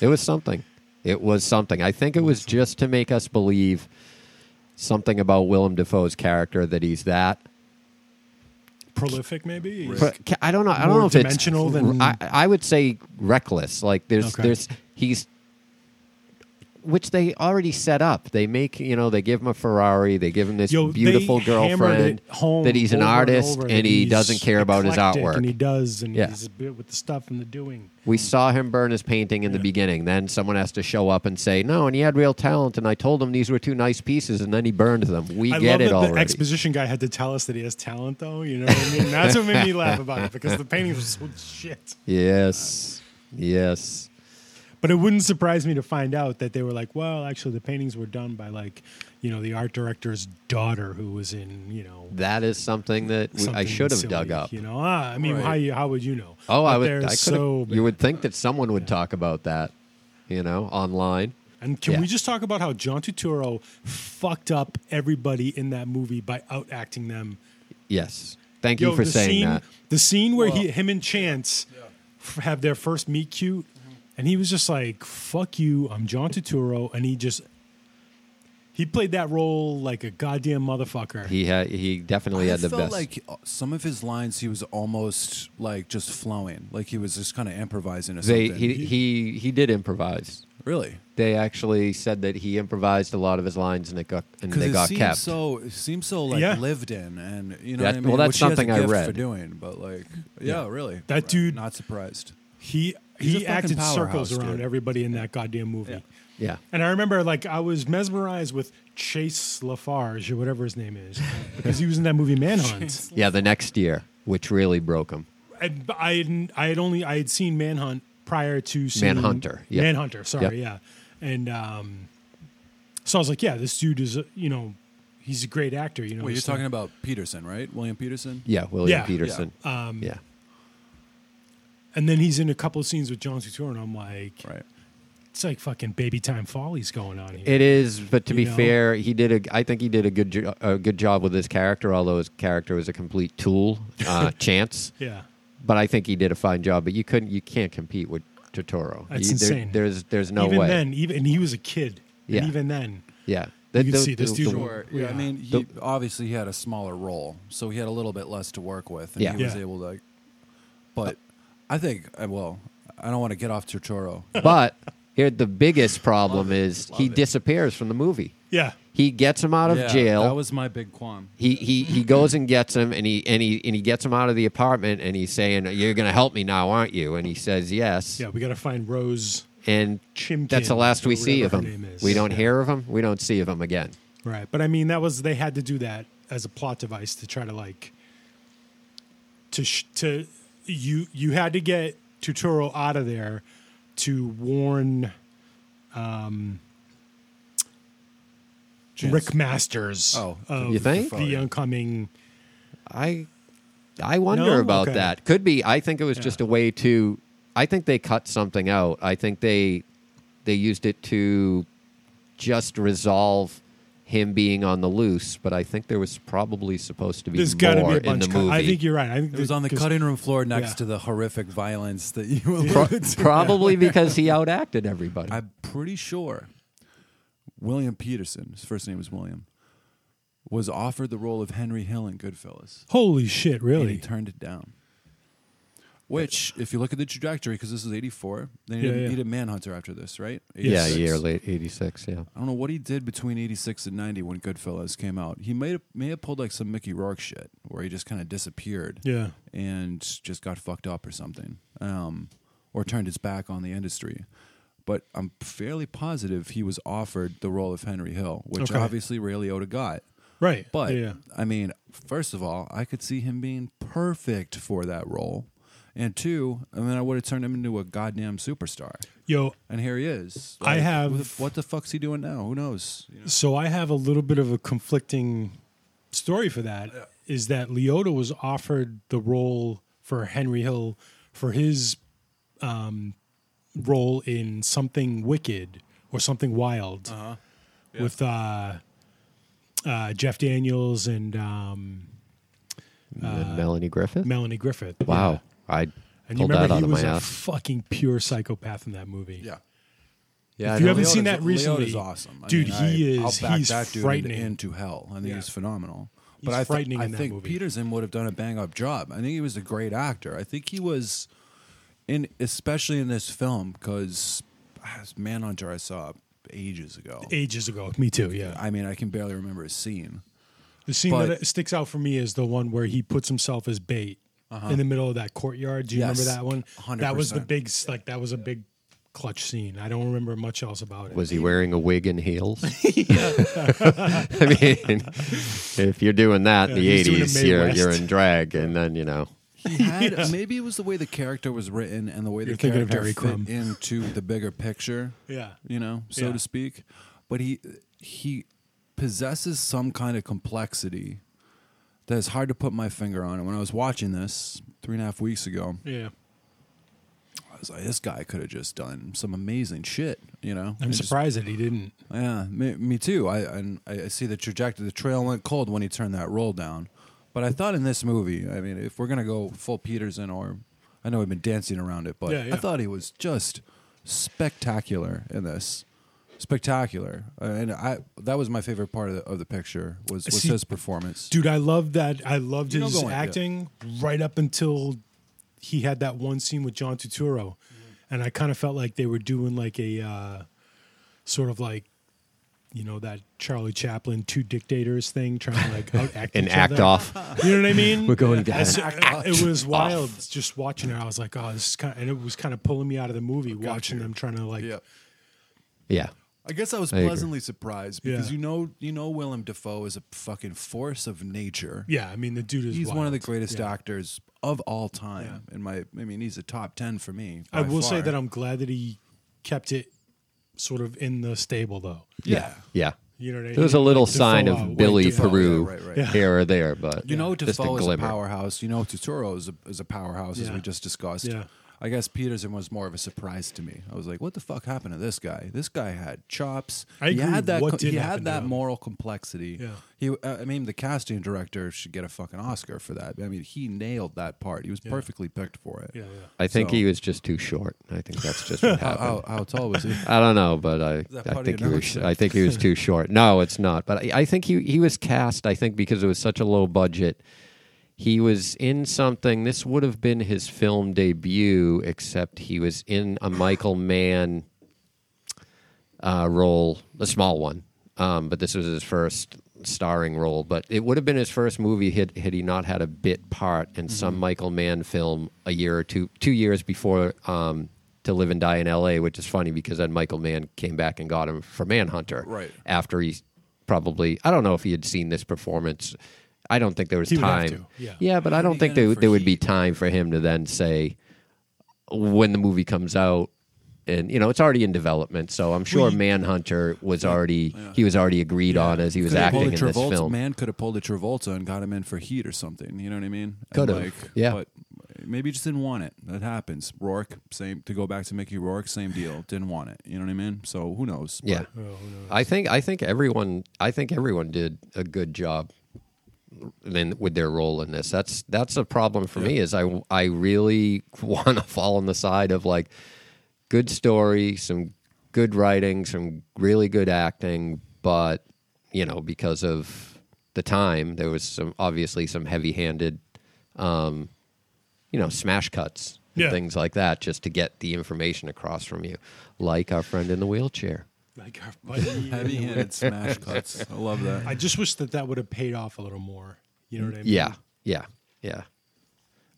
B: it was something. It was something. I think it was just to make us believe something about Willem Dafoe's character that he's that.
D: prolific, maybe.
B: But ca- I don't know. I don't
D: More
B: know if it's
D: dimensional than-
B: I, I would say reckless. Like there's
D: Okay.
B: there's he's which they already set up. They make you know they give him a Ferrari. They give him this
D: Yo, they
B: beautiful
D: hammered
B: girlfriend
D: it home
B: that he's an
D: over and
B: artist
D: over
B: and,
D: that
B: he
D: he's
B: doesn't care about his
D: eclectic
B: artwork.
D: and he does, and
B: Yeah.
D: he's a bit with the stuff and the doing.
B: we saw him burn his painting in the beginning. Then someone has to show up and say no, and he had real talent. And I told him these were two nice pieces, and then he burned them. We
D: I
B: get
D: love
B: it
D: that
B: already.
D: the exposition guy had to tell us that he has talent, though. You know what I mean? That's what made me laugh about it because the paintings were so shit.
B: yes, yes.
D: But it wouldn't surprise me to find out that they were like, well, actually, the paintings were done by like, you know, the art director's daughter who was in, you know,
B: That is something that we, I
D: something
B: should have
D: silly,
B: dug up.
D: You know, ah, I mean,
C: Right.
D: how you, how would you know?
B: Oh, I
D: But
B: would.
D: they're
B: I could've-
D: so bad.
B: you would think that someone would talk about that, you know, online.
D: And can
B: Yeah.
D: we just talk about how John Turturro fucked up everybody in that movie by outacting them?
B: Yes. Thank
D: Yo,
B: you for
D: the
B: saying
D: scene,
B: that.
D: The scene where he, him and Chance f- have their first meet cute, and he was just like, "Fuck you, I'm John Turturro," and he just he played that role like a goddamn motherfucker.
B: He had. He definitely
C: I
B: had the
C: felt
B: best.
C: like uh, some of his lines, he was almost like just flowing, like he was just kind of improvising or
B: they.
C: something.
B: He, he he did improvise.
C: really
B: They actually said that he improvised a lot of his lines and it got and they
C: it
B: got
C: seems
B: kept.
C: so it seems so like
D: Yeah.
C: lived in, and you know
B: That-
C: what I mean.
B: well, that's
C: Which he has a
B: something I
C: gift
B: read.
C: for doing, but like yeah, really
D: That
C: Right.
D: dude-
C: not surprised.
D: He
C: He's a
D: he
C: fucking
D: acted circles
C: powerhouse,
D: around
C: dude.
D: everybody in that goddamn movie.
B: yeah.
D: And I remember, like, I was mesmerized with Chase Lafarge or whatever his name is, because he was in that movie Manhunt.
B: Yeah. The next year, which really broke him.
D: And I hadn't- I had only I had seen Manhunt prior to seeing
B: Manhunter, yep.
D: Manhunter, sorry,
B: Yep.
D: yeah. And um, so I was like, yeah, this dude is, a- you know, he's a great actor. You know,
C: Well, you're
D: so-
C: talking about Peterson, right? William Peterson.
B: Yeah. William
D: Yeah.
B: Peterson.
D: Yeah. Um,
B: yeah.
D: And then he's in a couple of scenes with John Turturro, and I'm like,
C: Right.
D: it's like fucking baby time follies going on here.
B: It is, but to
D: You
B: be
D: know?
B: fair, he did a. I think he did a good jo- a good job with his character, although his character was a complete tool. Uh, chance.
D: yeah,
B: but I think he did a fine job. But you couldn't, you can't compete with Totoro.
D: That's
B: You- there-
D: insane.
B: there's, there's no
D: even
B: way.
D: then, even and he was a kid,
B: Yeah.
D: and even then,
B: yeah,
D: You can see this dude.
C: Sure. Yeah, I mean, he, obviously he had a smaller role, so he had a little bit less to work with, and
B: Yeah.
C: he was
D: Yeah.
C: able to. Like, but I think, uh, well, I don't want to get off Tortoro.
B: but here the biggest problem is he disappears from the movie.
D: Yeah.
B: He gets him out of jail.
C: That was my big qualm.
B: he, he he goes and gets him and he and he and he gets him out of the apartment and he's saying you're going to help me now aren't you and he says yes
D: Yeah, we got to find Rose.
B: and
D: Chimkin,
B: that's the last we
D: or
B: see of
D: whatever her
B: him
D: name is.
B: we don't
D: Yeah.
B: hear of him we don't see of him again
D: Right. But I mean, that was, they had to do that as a plot device to try to like, to, sh- to, you, you had to get Tutoro out of there to warn um,
C: Chance.
D: Rick Masters
C: Oh,
D: of
B: you think?
D: the oncoming.
B: I I wonder
D: No?
B: about
D: Okay.
B: that. Could be. I think it was just a way to. I think they cut something out. I think they they used it to just resolve him being on the loose. But I think there was probably supposed to be
D: There's got to
B: more
D: be a
B: in
D: bunch.
B: the
D: cut-
B: movie.
D: I think you're right. I think
C: It was on the cutting room floor next
D: yeah.
C: to the horrific violence that you
B: Pro-
C: alluded to.
B: probably because he outacted everybody.
C: I'm pretty sure William Peterson, his first name was William, was offered the role of Henry Hill in Goodfellas.
D: Holy shit!
C: And he
D: Really?
C: turned it down. Which, if you look at the trajectory, because this is 84, then he,
D: Yeah,
C: did,
D: yeah.
C: he did Manhunter after this, right?
B: yeah, a
C: 86.
B: year late, eighty six. Yeah.
C: I don't know what he did between 86 and 90 when Goodfellas came out. He may have, may have pulled like some Mickey Rourke shit where he just kind of disappeared
D: Yeah.
C: and just got fucked up or something, um, or turned his back on the industry. But I'm fairly positive he was offered the role of Henry Hill, which
D: Okay.
C: obviously Ray Liotta got.
D: Right.
C: But
D: yeah.
C: I mean, first of all, I could see him being perfect for that role, and two, I mean, I would have turned him into a goddamn superstar.
D: Yo,
C: And here he is.
D: I have-
C: what the- What the fuck's he doing now? Who knows?
D: so I have a little bit of a conflicting story for that. Is that Leota was offered the role for Henry Hill for his um, role in something wicked or something wild with uh, uh, Jeff Daniels and um,
B: And Melanie Griffith.
D: Melanie Griffith.
B: wow.
D: Uh, Yeah.
B: I
D: And you
B: pulled that
D: remember
B: out
D: he
B: of my
D: was a
B: ass.
D: fucking pure psychopath in that movie.
B: yeah.
D: if you
B: I know.
D: haven't seen
C: Leota's-
D: that recently,
C: Leota's awesome, I
D: dude.
C: mean,
D: he
C: I-
D: is.
C: I'll back
D: He's
C: that dude
D: frightening.
C: into hell. I think
D: Yeah.
C: he's phenomenal.
D: He's
C: I, thi-
D: frightening
C: I
D: in that
C: think
D: movie.
C: Peterson would have done a bang up job. I think he was a great actor. I think he was in, especially in this film, because Manhunter I saw ages ago.
D: ages ago. Me too. Yeah.
C: I mean, I can barely remember a scene.
D: The scene
C: But-
D: that sticks out for me is the one where he puts himself as bait in the middle of that courtyard. Do you
C: Uh-huh. Yes,
D: remember that one?
C: 100%.
D: That was the big s- like that was a big clutch scene. I don't remember much else about it.
B: Was he wearing a wig and heels? I mean, if you're doing that in
D: Yeah,
B: the
D: he's doing a
B: eighties, you're
D: Midwest.
B: you're in drag, and then you know,
C: He had maybe it was the way the character was written and the way
D: You're
C: the
D: thinking of
C: character
D: Harry
C: fit
D: Crumb.
C: into the bigger picture.
D: Yeah.
C: you know, so
D: Yeah.
C: to speak. But he he possesses some kind of complexity that is hard to put my finger on. And when I was watching this three and a half weeks ago,
D: yeah.
C: I was like, this guy could have just done some amazing shit. You know,
D: I'm
C: And just-
D: surprised that he didn't.
C: yeah, me, me too. I and I I see the trajectory. The trail went cold when he turned that roll down. But I thought in this movie, I mean, if we're gonna go full Peterson, or I know we've been dancing around it, but
D: Yeah, yeah.
C: I thought he was just spectacular in this. Spectacular, Uh, and I that was my favorite part of the, of the picture was was
D: See,
C: his performance.
D: Dude, I loved that. I loved
C: You don't
D: his
C: go in, yeah.
D: acting right up until he had that one scene with John Turturro,
C: Mm-hmm.
D: and I kind of felt like they were doing like a uh, sort of like you know that Charlie Chaplin two dictators thing, trying to like out act
B: an
D: each
B: act
D: other.
B: off.
D: You know what I mean?
B: We're going down.
D: As- uh, It was wild just watching it. I was like, oh, this is kind of, and it was kind of pulling me out of the movie watching them trying to like,
B: Yeah,
C: I guess I was
B: agree.
C: pleasantly surprised because
D: Yeah.
C: you know you know Willem Dafoe is a fucking force of nature.
D: yeah. I mean, the dude is
C: he's one of
D: wild.
C: the greatest actors of all time in my i mean he's a top 10 for me
D: I
C: by
D: will say
C: far.
D: that I'm glad that he kept it sort of in the stable though.
C: yeah,
B: yeah.
D: You know what I mean?
B: There was a little
D: Like Defoe
B: sign
D: out,
B: of
D: like
B: Billy
D: Defoe.
B: Peru
C: Yeah, right, right.
D: Yeah.
B: here or there, but
C: you know
B: just
C: Defoe is a
B: glimmer.
C: powerhouse you know Totoro is a, is a powerhouse as
D: Yeah.
C: we just discussed
D: Yeah.
C: I guess Peterson was more of a surprise to me. I was like, what the fuck happened to this guy? This guy had chops.
D: I
C: He
D: agree.
C: had that.
D: What
C: co-
D: did
C: he
D: happen
C: had
D: to
C: that
D: him?
C: moral complexity.
D: Yeah.
C: He. uh, I mean, the casting director should get a fucking Oscar for that. I mean, he nailed that part. He was perfectly picked for it.
D: Yeah, yeah.
B: I think
C: So-
B: he was just too short. I think that's just what happened.
C: How, how tall was he?
B: I don't know, but I,
C: that part
B: I
C: of
B: think he
C: your
B: was
C: notes?
B: I think he was too short. No, it's not. But I, I think he he was cast. I think because it was such a low budget, he was in something. This would have been his film debut, except he was in a Michael Mann uh, role, a small one. Um, but this was his first starring role. But it would have been his first movie had, had he not had a bit part in
D: Mm-hmm.
B: some Michael Mann film a year or two, two years before um, To Live and Die in L.A., which is funny because then Michael Mann came back and got him for Manhunter.
C: Right.
B: After he probably, I don't know if he had seen this performance. I don't think there was
D: He would have
B: time.
D: to, yeah.
B: but I don't think
C: get him
B: there,
C: for
B: there would be
C: Heat?
B: time for him to then say, when the movie comes out and you know it's already in development so i'm sure manhunter was already he was already agreed on as he was
C: Coulda
B: acting in
C: pulled
B: this
C: a Travolta,
B: film
C: Man could have pulled a Travolta and got him in for Heat or something. You know what I mean? And
B: Coulda, yeah.
C: But maybe he just didn't want it. That happens. Rourke, same. To go back to Mickey Rourke, same deal. Didn't want it. You know what I mean? So who knows? But
B: yeah i think i think everyone i think everyone did a good job then with their role in this that's that's a problem for me is i i really want to fall on the side of like good story some good writing some really good acting but you know because of the time there was some obviously some heavy-handed um you know smash cuts and
D: Yeah.
B: things like that just to get the information across from you like our friend in the wheelchair
D: Like our buddy.
C: Heavy-handed smash cuts. I love that.
D: I just wish that that would have paid off a little more. You know what I mean?
B: Yeah, yeah, yeah.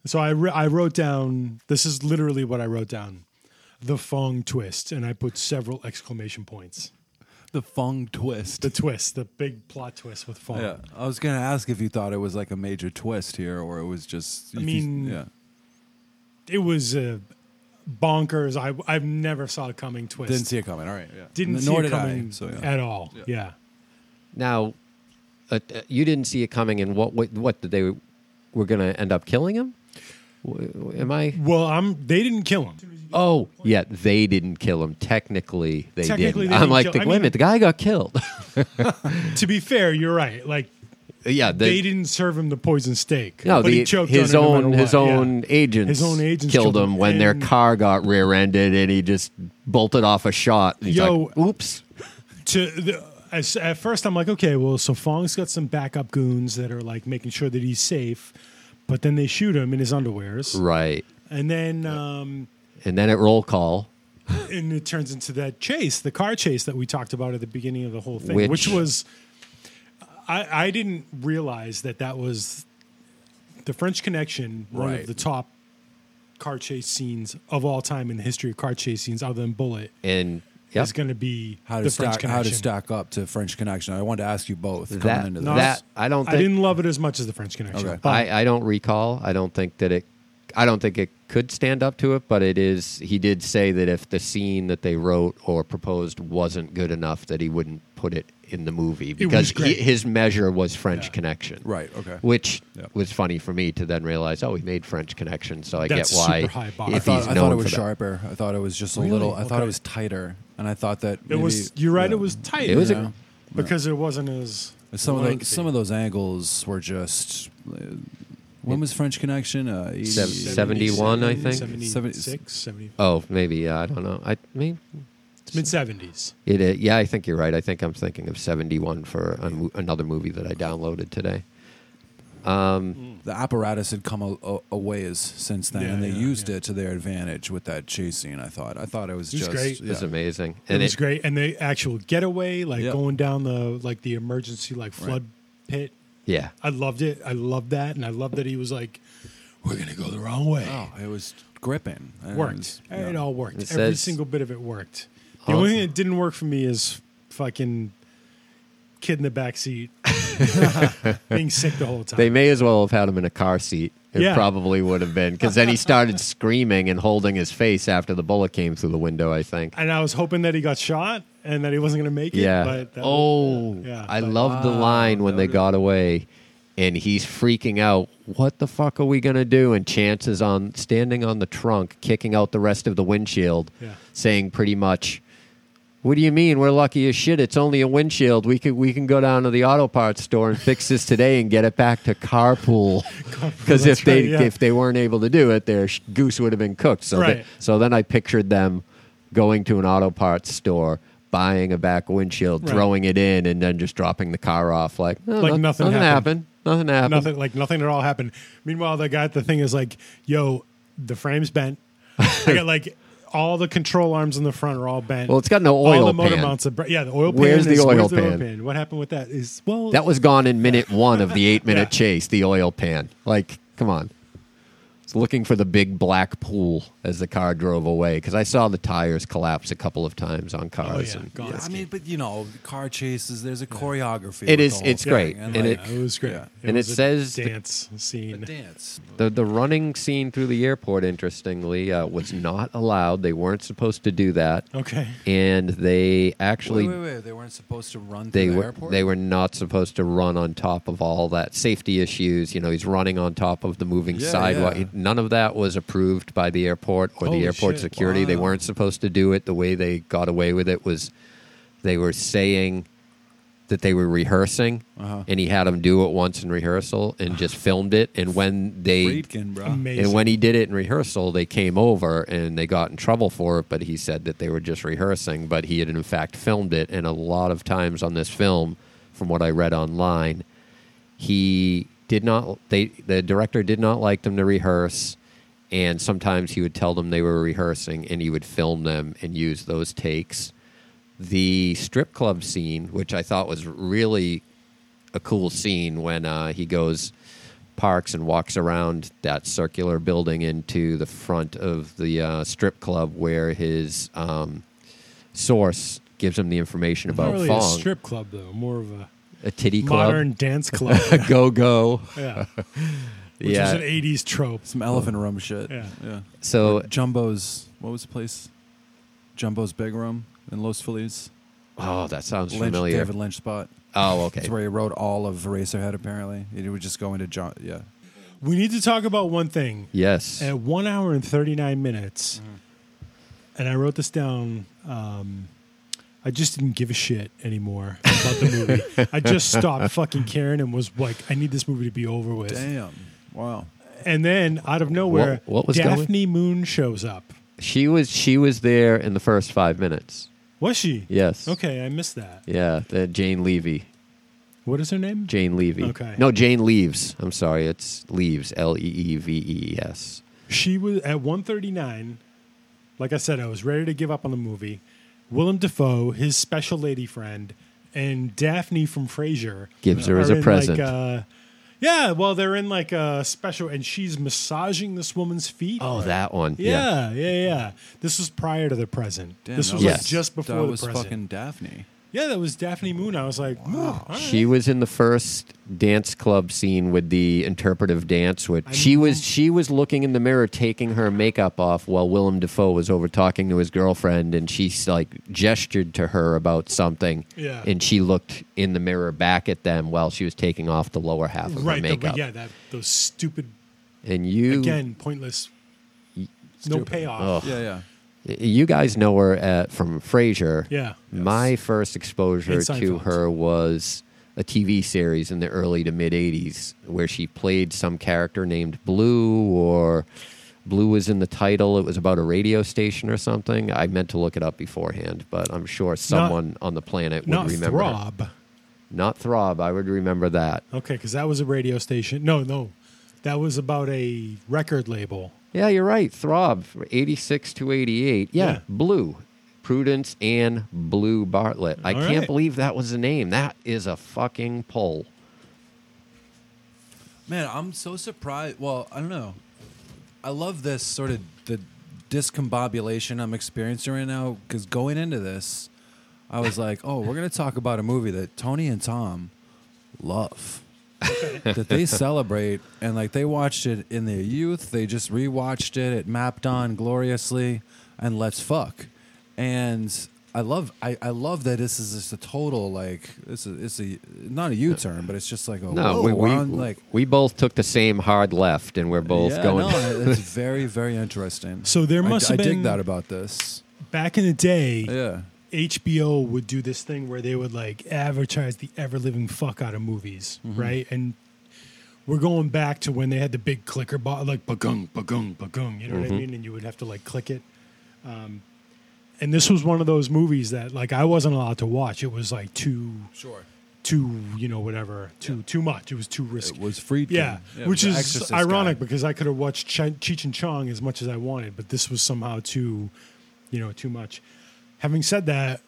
D: So I wr- I wrote down. This is literally what I wrote down. The Fong twist, and I put several exclamation points.
C: the Fung twist.
D: The twist, the big plot twist with Fong.
C: yeah, I was gonna ask if you thought it was like a major twist here, or it was just. if you-
D: mean-
C: yeah,
D: It was uh, bonkers. I I've never saw it coming. Twist.
C: didn't see it coming. All right, yeah,
D: Didn't
C: Nor
D: see it
C: did I,
D: coming
C: so, yeah.
D: at all. Yeah.
B: Now, uh, uh, you didn't see it coming, and what? What, what did they? We're gonna end up killing him. W- w- Am I?
D: Well, I'm. They didn't kill him.
B: Oh, yeah. They didn't kill him. Technically, they
D: Technically,
B: didn't.
D: they
B: I'm
D: didn't
B: like,
D: kill-
B: the,
D: I
B: wait a
D: mean-
B: minute, the guy got killed.
D: to be fair, you're right. Like
B: yeah,
D: they, didn't serve him the poison steak.
B: No,
D: but he
B: the-
D: choked
B: his
D: on it no
B: own
D: matter
B: his
D: what, yeah.
B: own agents
D: His own agents
B: killed
D: killed
B: him
D: him,
B: when their
D: and-
B: car got rear-ended, and he just bolted off a shot. And he's
D: Yo.
B: like, oops.
D: to the, as, at first I'm like, okay, well, so Fong's got some backup goons that are like making sure that he's safe, but then they shoot him in his underwears,
B: Right,
D: and then um,
B: and then at roll call,
D: and it turns into that chase, the car chase that we talked about at the beginning of the whole thing,
B: Which-
D: which, was I, I didn't realize that that was the French Connection, one
C: Right.
D: of the top car chase scenes of all time in the history of car chase scenes, other than Bullet,
B: and yep.
D: is going to be
C: How to
D: the French
C: stack?
D: Connection.
C: How to stack up to French Connection? I wanted to ask you both.
B: That-
C: coming into
B: no,
C: this.
B: That- I don't
D: I
B: think-
D: didn't love it as much as the French Connection.
C: Okay.
D: but-
B: I, I don't recall. I don't think that it. I don't think it could stand up to it, but it is. He did say that if the scene that they wrote or proposed wasn't good enough, that he wouldn't put it in the movie because he,
D: great.
B: his measure was French
D: Yeah.
B: Connection,
C: Right, okay.
B: Which
C: Yeah.
B: was funny for me to then realize, oh, he made French Connection, so I
D: That's
B: get why.
D: super high bar.
B: If
D: I
C: I
B: he's
C: thought, I
B: known
C: thought it was
B: for that.
C: sharper. I thought it was just a
D: Really?
C: little. I thought it
D: Okay.
C: was tighter, and I thought that
D: It was.
C: maybe-
D: You're right.
C: yeah.
D: It was tight.
B: It was
C: Yeah.
B: a,
D: because it wasn't as
C: Some of
D: lengthy.
C: the, some of those angles were just. uh, When was French Connection? Uh, 80,
B: Sev- 71, I think.
D: 76, 70,
B: oh, maybe yeah, I don't know. I mean,
D: mid seventies.
B: it. uh, Yeah, I think you're right. I think I'm thinking of '71 for a, mo- another movie that I downloaded today. Um,
C: The apparatus had come a, a, a ways since then,
D: Yeah,
C: and they
D: yeah,
C: used
D: yeah.
C: it to their advantage with that chase scene. I thought. I thought it was,
D: It was
C: just.
D: great.
B: It was
C: yeah.
B: amazing,
D: It was great, and the actual getaway, like
C: Yeah.
D: going down the like the emergency like flood pit.
B: Yeah.
D: I loved it. I loved that, and I loved that he was like, "We're gonna go the wrong way."
C: Oh, it was gripping. And it
D: worked.
C: was-
D: It,
C: yeah.
D: all worked.
B: It
D: Every
B: says-
D: single bit of it worked. The only thing that didn't work for me is fucking kid in the back seat being sick the whole time.
B: They may as well have had him in a car seat. It
D: Yeah.
B: probably would have been because then he started screaming and holding his face after the bullet came through the window. I think.
D: and I was hoping that he got shot and that he wasn't going to make it.
B: yeah.
D: But that
B: oh,
D: yeah,
B: I
D: but-
B: love the line when they got away. and he's freaking out. What the fuck are we gonna do? And Chance is on standing on the trunk, kicking out the rest of the windshield,
D: Yeah.
B: saying pretty much, "What do you mean? We're lucky as shit. It's only a windshield. We can we can go down to the auto parts store and fix this today and get it back to carpool. Because if
D: that's
B: they
D: right, yeah.
B: if they weren't able to do it, their sh- goose would have been cooked. So they-
D: Right.
B: so then I pictured them going to an auto parts store. Buying a back windshield,
D: Right.
B: throwing it in, and then just dropping the car off like, "Oh,
D: Like
B: no-
D: nothing
B: nothing
D: happened.
B: happened. Nothing happened.
D: Nothing like nothing at all happened. Meanwhile, the guy at the thing is like, "Yo, the frame's bent. I got like all the control arms in the front are all bent.
B: Well, it's got no
D: all
B: oil
D: the motor
B: pan.
D: mounts. Are, br- yeah, the oil pan.
B: Where's the
D: is-
B: oil
D: where's the oil
B: pan?
D: pan? What happened with that? Is well,
B: That was gone in minute one of the eight minute
D: Yeah.
B: chase, the oil pan. Like, come on. It's looking for the big black pool as the car drove away because I saw the tires collapse a couple of times on
D: oh
B: cars.
D: yeah,
B: and
D: gone.
C: I mean, but you know, car chases. There's a choreography.
B: It with is- the whole it's thing, great, and
C: and,
B: and
D: Yeah,
B: it-
D: it, was great.
C: yeah.
B: And
D: was
B: it
D: a
B: says the-
D: dance scene.
C: dance.
B: the, the running scene through the airport, interestingly, uh, was not allowed. They weren't supposed to do that.
D: Okay.
B: And they actually.
C: Wait, wait, wait! They weren't supposed to run
B: they
C: through the
B: were
C: airport.
B: they were not supposed to run on top of all that safety issues. You know, he's running on top of the moving
C: Yeah,
B: sidewalk.
C: yeah.
B: None of that was approved by the airport or
D: Holy
B: the airport
D: shit,
B: security. They
C: wow.
B: weren't supposed to do it. The way they got away with it was they were saying that they were rehearsing,
C: Uh-huh.
B: and he had them do it once in rehearsal and just filmed it. And when they
C: Friedkin, bro.
D: Amazing.
B: and when he did it in rehearsal, they came over and they got in trouble for it, but he said that they were just rehearsing, but he had in fact filmed it. And a lot of times on this film, from what I read online, he did not, they, the director did not like them to rehearse. And sometimes he would tell them they were rehearsing and he would film them and use those takes. The strip club scene, which I thought was really a cool scene when uh, he goes parks and walks around that circular building into the front of the uh, strip club where his um, source gives him the information
D: Not
B: about
D: really a
B: Fong,
D: strip club though, more of a
B: a, titty club,
D: modern dance club.
B: a go go.
D: yeah, which
B: Yeah.
D: is an '80s trope.
C: Some elephant room shit.
D: Yeah.
C: yeah.
B: So
C: Jumbo's. What was the place? Jumbo's Big Room in Los Feliz.
B: oh, that sounds
C: Lynch,
B: familiar.
C: David Lynch spot.
B: Oh, okay.
C: It's where he wrote all of Eraserhead. Apparently, he would just go into John. Yeah.
D: We need to talk about one thing.
B: Yes.
D: At one hour and 39 minutes,
B: Mm-hmm.
D: and I wrote this down. Um, I just didn't give a shit anymore about the movie. I just stopped fucking caring and was like, I need this movie to be over with.
C: Damn. Wow.
D: And then out of nowhere,
B: What- what was going-
D: Daphne Moon shows up.
B: She was she was there in the first five minutes.
D: Was she?
B: Yes.
D: Okay, I missed that.
B: Yeah, the Jane Levy.
D: What is her name?
B: Jane Levy.
D: Okay.
B: No, Jane Leaves. I'm sorry. It's Leaves. L E E V E S.
D: She was at 139. Like I said, I was ready to give up on the movie. Willem Dafoe, his special lady friend, and Daphne from Frasier
B: Gives her as
D: are
B: a
D: in,
B: present.
D: Like, uh, yeah, well, they're in like a special, and she's massaging this woman's feet.
B: Oh, that one.
D: Yeah, yeah, yeah, This was prior to the present.
C: Damn,
D: this
C: that
D: was
B: was-
D: like, just before
C: that
D: the
C: was
D: present.
C: fucking Daphne.
D: yeah, that was Daphne Moon. I was like, wow.
B: She was in the first dance club scene with the interpretive dance, which she was she was looking in the mirror, taking her makeup off, while Willem Dafoe was over talking to his girlfriend, and she like gestured to her about something,
D: Yeah.
B: and she looked in the mirror back at them while she was taking off the lower half of her
D: right. the-
B: makeup.
D: yeah, that those stupid
B: And you
D: again pointless. No payoff.
B: Ugh.
C: Yeah, yeah.
B: You guys know her at, from Frasier.
D: Yeah.
B: My first exposure
D: And
B: to
D: Seinfeld.
B: her was a TV series in the early to mid 80s where she played some character named Blue or Blue was in the title. It was about a radio station or something. I meant to look it up beforehand, but I'm sure someone on the planet would
D: Not
B: remember. her.
D: throb.
B: Not Throb. I would remember that.
D: Okay, because that was a radio station. No, no, that was about a record label.
B: Yeah, you're right. Throb, 86 to 88. Yeah,
D: Yeah.
B: Blue. Prudence Ann Blue Bartlett. I
D: All
B: can't
D: right.
B: believe that was the name. That is a fucking pull.
C: Man, I'm so surprised. Well, I don't know. I love this sort of the discombobulation I'm experiencing right now because going into this, I was like, oh, we're going to talk about a movie that Tony and Tom love. that they celebrate and like they watched it in their youth. They just rewatched it. It mapped on gloriously and let's fuck. And I love I, I love that this is just a total like this is it's a not a U turn, but it's just like a
B: No,
C: whoa,
B: we,
C: we're
B: we,
C: on, like
B: we both took the same hard left, and we're both
C: yeah,
B: going.
C: No, it's very very interesting.
D: So there
C: I-
D: must
C: I,
D: have been-
C: dig that about this.
D: Back in the day,
C: Yeah.
D: HBO would do this thing where they would like advertise the ever living fuck out of movies,
C: Mm-hmm.
D: right? And we're going back to when they had the big clicker bot, like bagung, bagung, bagung. You know
C: Mm-hmm.
D: what I mean? And you would have to like click it. Um, and this was one of those movies that like I wasn't allowed to watch. It was like too,
C: Sure.
D: too, you know, whatever, too, too much. It was too risky.
C: It was Friedkin.
D: Yeah,
C: it
D: which
C: was the
D: is
C: Exorcist guy.
D: ironic because I could have watched Ch- Cheech and Chong as much as I wanted, but this was somehow too, you know, too much. Having said that,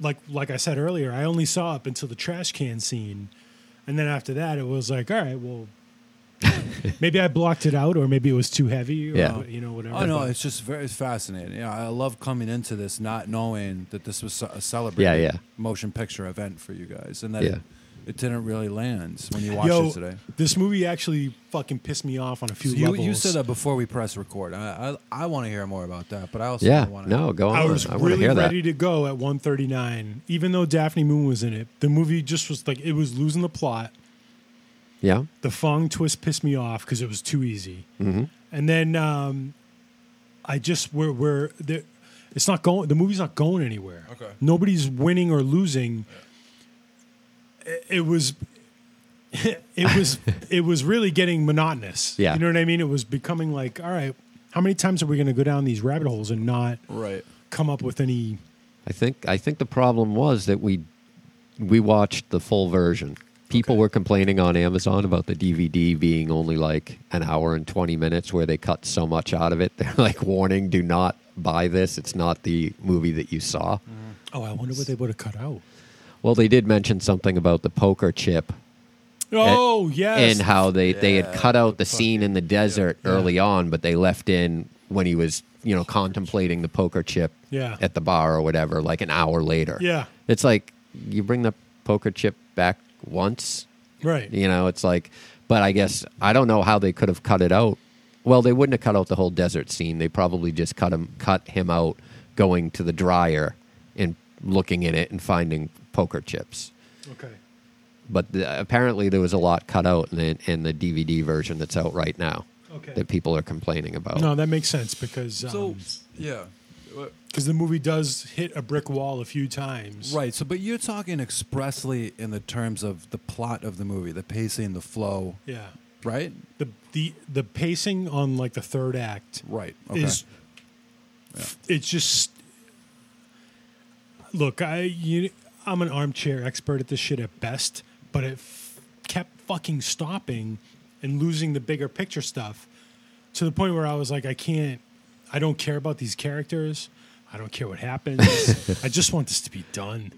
D: like like I said earlier, I only saw up until the trash can scene, and then after that, it was like, all right, well, maybe I blocked it out, or maybe it was too heavy, or
B: Yeah.
D: you know, whatever.
C: Oh no,
D: but-
C: it's just very it's fascinating. Yeah, I love coming into this not knowing that this was a celebrated
B: Yeah, yeah.
C: motion picture event for you guys, and that
B: Yeah.
C: it, it didn't really land when you watched
D: Yo,
C: it today.
D: this movie actually fucking pissed me off on a few
C: So you,
D: levels.
C: you said that before we press record. I I, I want to hear more about that, but I also
B: Yeah,
C: want to
B: no, go on.
D: I was
B: want to
D: really
B: Oh, hear that.
D: ready to go at 139, even though Daphne Moon was in it. The movie just was like it was losing the plot.
B: Yeah,
D: The Fong twist pissed me off because it was too easy.
B: Mm-hmm.
D: And then um, I just we're we're there, it's not going. The movie's not going anywhere.
C: Okay.
D: nobody's winning or losing. It, it was. it was it was really getting monotonous.
B: Yeah.
D: You know what I mean? It was becoming like, all right, how many times are we going to go down these rabbit holes and not
C: right.
D: come up with any
B: I think I think the problem was that we we watched the full version. People were complaining on Amazon about the DVD being only like an hour and 20 minutes where they cut so much out of it. They're like warning, do not buy this. It's not the movie that you saw.
D: Oh, I wonder what they would have cut out.
B: Well, they did mention something about the poker chip
D: Oh yes,
B: and how they, they had
C: Yeah,
B: cut out the scene in the desert early on, but they left in when he was, you know, contemplating the poker chip
D: Yeah.
B: at the bar or whatever, like an hour later.
D: Yeah.
B: It's like you bring the poker chip back once,
D: right.
B: you know, it's like, but I guess I don't know how they could have cut it out. Well, they wouldn't have cut out the whole desert scene. They probably just cut him, cut him out going to the dryer and looking in it and finding poker chips
D: Okay.
B: but the, apparently there was a lot cut out in the, in the DVD version that's out right now
D: Okay.
B: that people are complaining about.
D: No, that makes sense because because
C: So yeah, What-
D: the movie does hit a brick wall a few times.
C: right. So, but you're talking expressly in the terms of the plot of the movie, the pacing, the flow,
D: Yeah.
C: right?
D: The the the pacing on like the third act
C: Right. Okay.
D: is it's just look I you I'm an armchair expert at this shit at best, but it f- kept fucking stopping and losing the bigger picture stuff to the point where I was like I can't I don't care about these characters. I don't care what happens. I just want this to be done.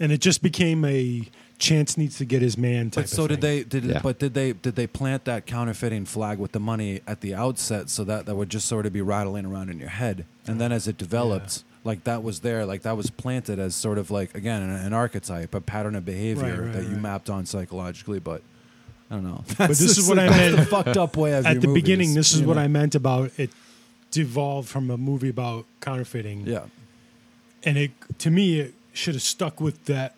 D: And it just became a chance needs to get his man type
C: But so
D: of
C: did
D: thing.
C: they? Did
B: Yeah.
C: but did they? Did they plant that counterfeiting flag with the money at the outset so that that would just sort of be rattling around in your head, and then as it developed, like that was there, like that was planted as sort of like again an, an archetype, a pattern of behavior
D: Right, right,
C: that you
D: right.
C: mapped on psychologically, but. I don't know.
D: this is what I meant
C: The fucked up way of
D: at
C: your
D: the
C: movies,
D: beginning, this is
C: you
D: what
C: know?
D: I meant about it devolved from a movie about counterfeiting.
C: Yeah.
D: And it to me it should have stuck with that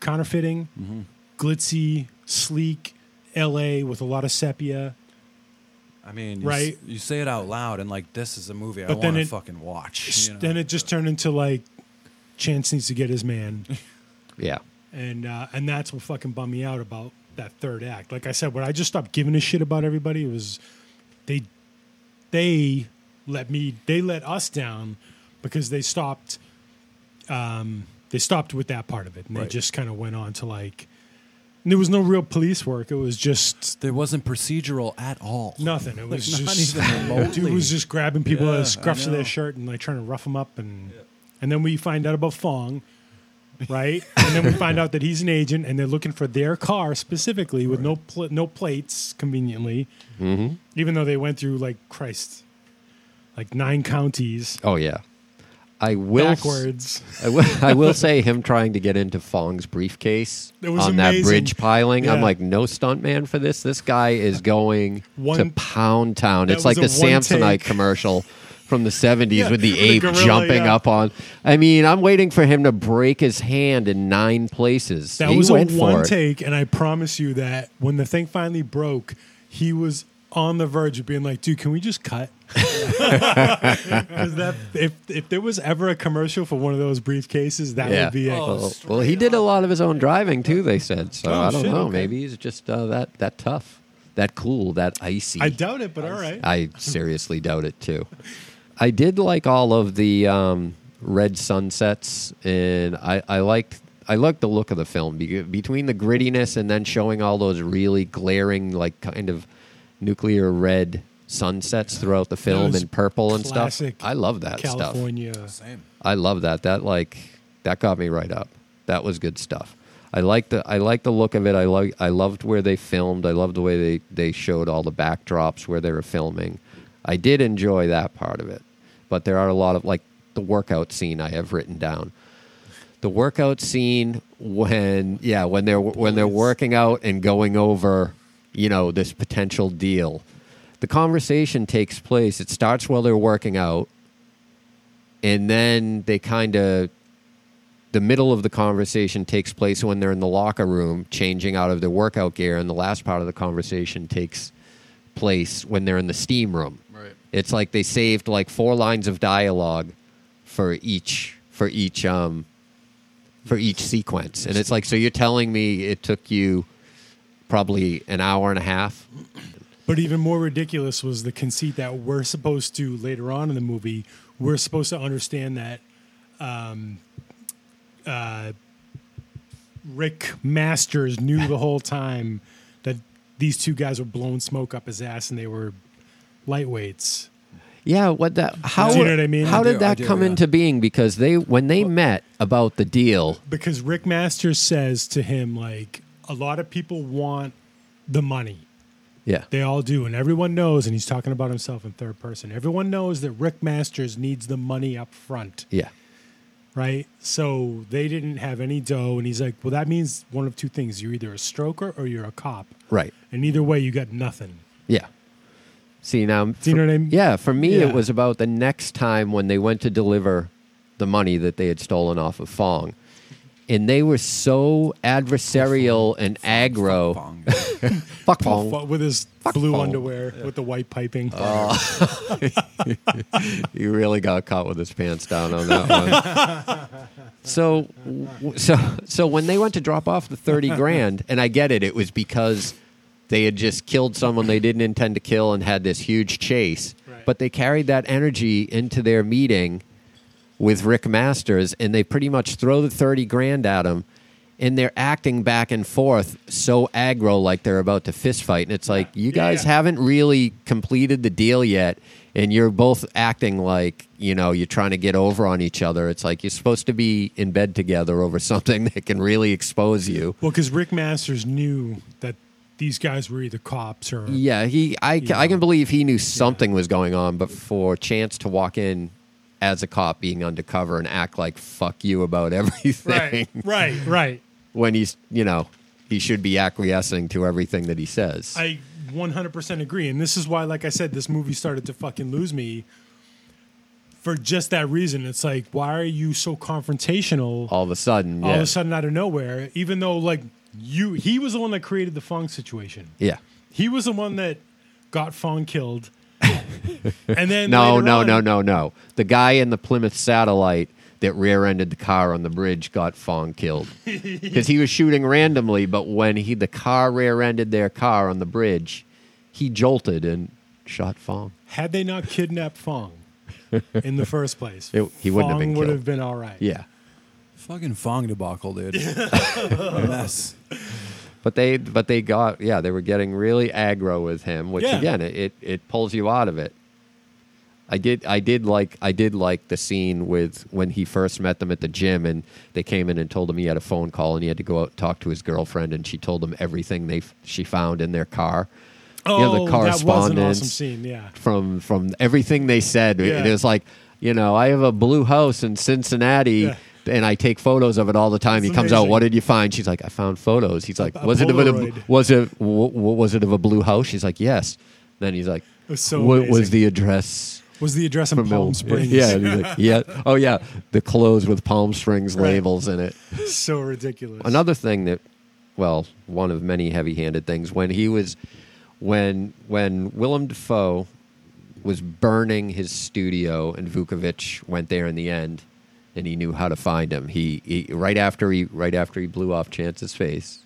D: counterfeiting,
C: Mm-hmm.
D: glitzy, sleek, LA with a lot of sepia.
C: I mean, you
D: Right.
C: S- you say it out loud, and like this is a movie I
D: But
C: want
D: then
C: to
D: it-
C: fucking watch. you know?
D: Then it just turned into like Chance needs to get his man.
B: Yeah.
D: and uh, and that's what fucking bummed me out about that third act. Like I said, when I just stopped giving a shit about everybody, it was they they let me they let us down because they stopped um, they stopped with that part of it, and they
C: Right.
D: just kind of went on to like and there was no real police work. It was just
C: there wasn't procedural at all.
D: nothing. It was
C: not
D: just
C: even remotely.
D: dude was just grabbing people by
C: Yeah,
D: the
C: I
D: scruffs of
C: know.
D: their shirt and like trying to rough them up, and and then we find out about Fong, right? and then we find out that he's an agent, and they're looking for their car specifically with no pl- no plates, conveniently,
C: Mm-hmm.
D: even though they went through like Christ, like nine counties
B: Oh yeah. I will. s-
D: backwards.
B: I will, I will say him trying to get into Fong's briefcase
D: It was
B: on that
D: amazing.
B: bridge piling. I'm
D: Yeah.
B: like, no stuntman for this. This guy is going
D: One-
B: to Pound Town.
D: That
B: It's like the
D: was a one
B: Samsonite
D: take.
B: commercial from the 70s with the ape
D: gorilla,
B: jumping
D: yeah.
B: up on. I mean, I'm waiting for him to break his hand in nine places.
D: That
B: he
D: was a
B: went for
D: one
B: it.
D: take, and I promise you that when the thing finally broke, he was on the verge of being like, "Dude, can we just cut?" 'Cause that if if there was ever a commercial for one of those briefcases, that
B: Yeah.
D: would be it.
C: Oh,
B: Well,
C: straight
B: well, he did a lot of his own driving too. They said so.
D: Oh,
B: I don't
D: shit,
B: know.
D: okay.
B: Maybe he's just uh, that that tough, that cool, that icy.
D: I doubt it, but all right.
B: I seriously doubt it too. I did like all of the um, red sunsets, and I, I liked I liked the look of the film Be- between the grittiness and then showing all those really glaring, like kind of nuclear red sunsets throughout the film
D: Those
B: in purple and stuff.
D: classic
B: I love that stuff.
D: California.
C: Same.
B: I love that. That like that got me right up. That was good stuff. I like the I like the look of it. I like I loved where they filmed. I loved the way they they showed all the backdrops where they were filming. I did enjoy that part of it. But there are a lot of like the workout scene I have written down. The workout scene when yeah, when they're when they're working out and going over, you know, this potential deal. The conversation takes place. It starts while they're working out and then they kind of the middle of the conversation takes place when they're in the locker room changing out of their workout gear and the last part of the conversation takes place when they're in the steam room
C: Right.
B: it's like they saved like four lines of dialogue for each for each um for each sequence and it's like so you're telling me it took you probably an hour and a half
D: But even more ridiculous was the conceit that we're supposed to later on in the movie, we're supposed to understand that um, uh, Rick Masters knew the whole time that these two guys were blowing smoke up his ass and they were lightweights.
B: Yeah, what that? How
D: Do you know what I mean?
B: How
D: I
B: did
C: do, I
B: that
C: do,
B: come
C: yeah.
B: into being? Because they when they met about the deal,
D: Because Rick Masters says to him, like, a lot of people want the money.
B: yeah,
D: They all do, and everyone knows. And he's talking about himself in third person. Everyone knows that Rick Masters needs the money up front,
B: yeah,
D: right? So they didn't have any dough, and he's like, "Well, that means one of two things: you're either a stroker or you're a cop,
B: right,
D: and either way, you got nothing."
B: yeah. See now,
D: Do you know what I mean?
B: Yeah, for me
D: Yeah.
B: it was about the next time when they went to deliver the money that they had stolen off of Fong, and they were so adversarial and aggro.
C: Bong.
B: Fuck
D: Puff
B: Fong.
D: up with his blue
B: Paul.
D: underwear with the white piping.
B: You really got caught with his pants down on that one. so, w- so, so when they went to drop off the thirty grand, and I get it, it was because they had just killed someone they didn't intend to kill and had this huge chase.
D: Right.
B: But they carried that energy into their meeting with Rick Masters, and they pretty much throw the thirty grand at him, and they're acting back and forth so aggro, like they're about to fist fight. And it's like you
D: Yeah,
B: guys
D: yeah.
B: haven't really completed the deal yet, and you're both acting like you know you're trying to get over on each other. It's like you're supposed to be in bed together over something that can really expose you.
D: well, because Rick Masters knew that these guys were either cops or
B: Yeah, he. I, ca- I can believe he knew something was going on, but for Chance to walk in as a cop, being undercover, and act like "fuck you" about everything
D: right, right, right.
B: when he's you know he should be acquiescing to everything that he says.
D: I 100% agree. And this is why, like I said, this movie started to fucking lose me for just that reason. It's like, why are you so confrontational all,
B: all of a sudden, yeah,
D: of a sudden out of nowhere? Even though, like, you, he was the one that created the Fong situation.
B: yeah.
D: He was the one that got Fong killed. and then
B: No,
D: later
B: no,
D: on-
B: no, no, no. The guy in the Plymouth satellite that rear-ended the car on the bridge got Fong killed because he was shooting randomly. But when he the car rear-ended their car on the bridge, he jolted and shot Fong.
D: Had they not kidnapped Fong in the first place,
B: It- he wouldn't have
D: Fong
B: been
D: would
B: killed.
D: have been all right.
B: Yeah,
C: Fucking Fong debacle, dude. Mess.
B: but they but they got yeah they were getting really aggro with him, which
D: Yeah.
B: again it, it it pulls you out of it. I did I did like I did like the scene with when he first met them at the gym and they came in and told him he had a phone call and he had to go out and talk to his girlfriend and she told him everything they f- she found in their car.
D: Oh,
B: you know, the
D: that was an awesome
B: correspondence
D: scene. Yeah.
B: from from everything they said. It- It
D: Yeah.
B: was like, you know, I have a blue house in Cincinnati.
D: Yeah.
B: And I take photos of it all the time.
D: It's
B: he comes out.
D: amazing.
B: What did you find? She's like, I found photos. He's like,
D: a
B: Was it of a
D: Polaroid.
B: was it w- w- was it of a blue house? She's like, Yes. Then he's like,
D: was so
B: What was
D: amazing.
B: the address?
D: was the address in
B: From
D: Palm
B: Mil-
D: Springs.
B: Yeah, and he's like, yeah. Oh yeah, the clothes with Palm Springs
D: Right.
B: labels in it.
D: so ridiculous.
B: Another thing that, well, one of many heavy-handed things when he was, when when Willem Dafoe was burning his studio and Vukovic went there in the end, and he knew how to find him. He, he right after he right after he blew off Chance's face.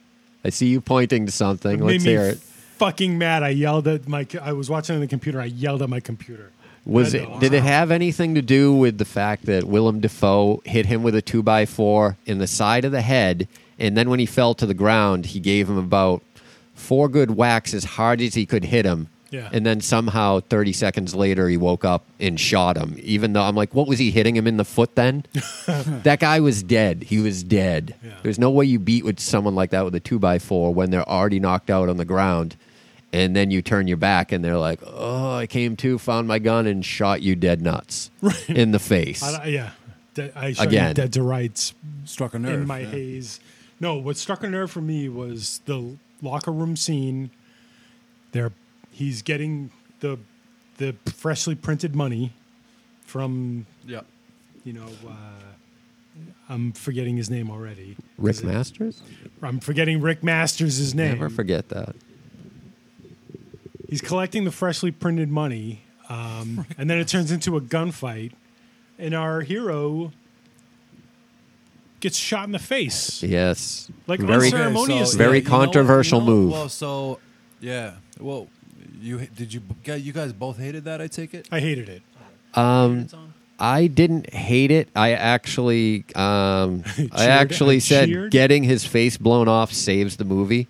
B: I see you pointing to something.
D: It
B: Let's
D: made me
B: hear it.
D: Fucking mad! I yelled at my. I was watching on the computer. I yelled at my computer.
B: Was
D: I
B: it?
D: know.
B: Did it have anything to do with the fact that Willem Dafoe hit him with a two by four in the side of the head, and then when he fell to the ground, he gave him about four good whacks as hard as he could hit him.
D: Yeah.
B: And then somehow, thirty seconds later, he woke up and shot him. Even though I'm like, what was he hitting him in the foot? Then that guy was dead. He was dead.
D: Yeah.
B: There's no way you beat with someone like that with a two by four when they're already knocked out on the ground, and then you turn your back and they're like, "Oh, I came to, found my gun, and shot you dead nuts in the face."
D: I, yeah. De- I shot
B: Again.
D: Again. dead to rights
C: Struck a nerve.
D: in my
C: yeah.
D: haze. No, what struck a nerve for me was the locker room scene. There, he's getting the the freshly printed money from
C: Yep.
D: you know. Uh, I'm forgetting his name already.
B: Rick
D: Is it-
B: Masters,
D: I'm forgetting Rick Masters' name.
B: never forget that.
D: he's collecting the freshly printed money, um, and then it turns into a gunfight, and our hero gets shot in the face.
B: Yes,
D: Like
B: very.
D: unceremonious- Ceremonious
B: Very
C: you know what-
B: controversial
C: you know-
B: move.
C: Well, so yeah. Well, you did you yeah, you guys both hated that? I take it.
D: I hated it.
B: I didn't hate it. I actually, um, I
D: Cheered
B: actually
D: and
B: said
D: cheered?
B: getting his face blown off saves the movie,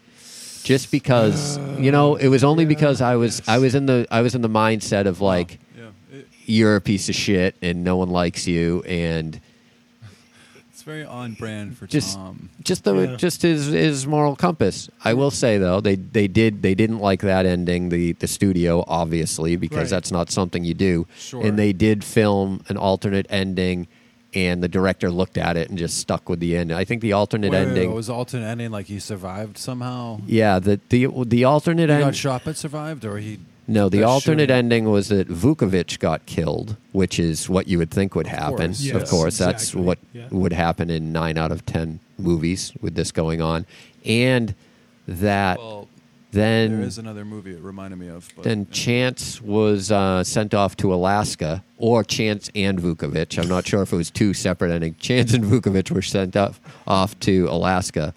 B: just because you know it was only because I was I was in the I was in the mindset of like
C: Yeah, it,
B: you're a piece of shit and no one likes you and
C: it's very on brand for
B: just
C: Tom.
B: just the
D: Yeah.
B: just his his moral compass. I will say though they they did they didn't like that ending the the studio obviously because
D: Right.
B: that's not something you do.
C: Sure.
B: And they did film an alternate ending and the director looked at it and just stuck with the end. I think the alternate
C: Wait, wait, wait,
B: ending
C: It was alternate ending. Like he survived somehow.
B: yeah, the the the alternate
C: He got
B: ending
C: shot but survived, or he
B: No, the
C: That
B: alternate
C: shooting.
B: ending was that Vukovic got killed, which is what you would think would happen.
C: course.
B: of
D: Yes,
B: course that's
D: exactly.
B: what
D: Yeah.
B: would happen in nine out of ten movies with this going on, and that
C: Well, there
B: then
C: is another movie it reminded me of. But,
B: then Chance was uh, sent off to Alaska, or Chance and Vukovic. I'm not sure if it was two separate endings. Chance and Vukovic were sent off off to Alaska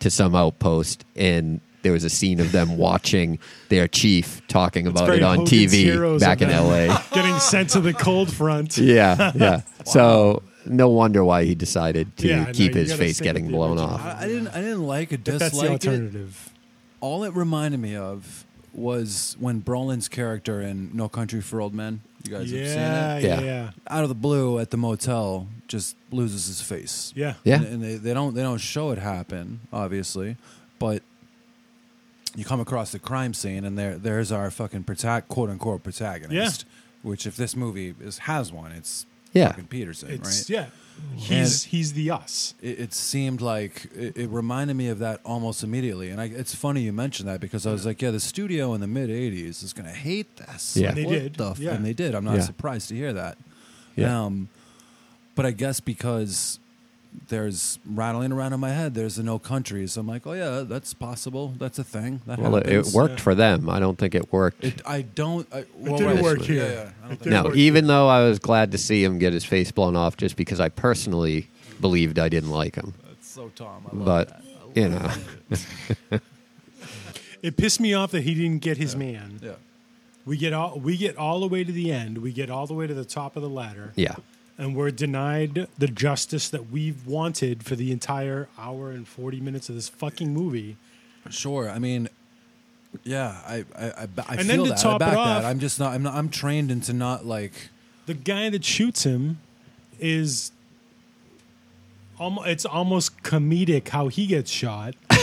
B: to some outpost, and there was a scene of them watching their chief talking about
D: very
B: it on
D: Hogan's
B: TV
D: Heroes
B: back in
D: of them.
B: LA.
D: Getting sent to the cold front.
B: yeah, yeah. So no wonder why he decided to
D: Yeah, I know,
B: keep
D: you
B: his
D: gotta
B: face
D: stick with
B: getting
D: the
B: blown
D: original.
B: off.
C: I, I didn't. I didn't like it. Dislike
D: But that's the
C: it.
D: alternative.
C: All it reminded me of was when Brolin's character in No Country for Old Men. You guys have seen it.
D: Yeah,
B: Yeah.
D: yeah, yeah,
C: out of the blue at the motel just loses his face.
D: yeah.
B: Yeah.
C: And, and they, they don't they don't show it happen, obviously, but you come across the crime scene and there there's our fucking protag- quote unquote protagonist. Which if this movie is has one, it's
B: Yeah.
C: fucking Peterson,
D: It's
C: right?
D: yeah. He's he's the us.
C: It, it seemed like it, it reminded me of that almost immediately, and I, it's funny you mentioned that because I was like, "Yeah, the studio in the mid '80s is gonna hate this."
B: Yeah.
C: Like,
D: They
C: what
D: did.
C: the f-
D: Yeah.
C: and they did. I'm not
B: Yeah.
C: surprised to hear that.
B: Yeah.
C: Um, but I guess because there's rattling around in my head, there's the no countries. I'm like, oh yeah, that's possible. That's a thing. That
B: Well, it, it
C: happens.
B: worked for them. I don't think it worked.
C: It, I don't. I, well,
D: didn't
C: right.
D: work here.
C: Yeah, yeah. I don't
D: It
C: think
D: didn't
B: No,
D: work
B: even though I was glad to see him get his face blown off, just because I personally believed I didn't like him.
C: That's so Tom. I love
B: But
C: that.
B: you know,
D: It pissed me off that he didn't get his man.
C: Yeah.
D: We get all we get all the way to the end. We get all the way to the top of the ladder.
B: yeah,
D: and we're denied the justice that we've wanted for the entire hour and 40 minutes of this fucking movie.
C: Sure. I mean, yeah, I I, I, ba- I
D: And then
C: feel
D: to
C: that. I
D: top it
C: back
D: off-
C: that. I'm just not. I'm not. I'm trained into not like.
D: The guy that shoots him is almost it's almost comedic how he gets shot.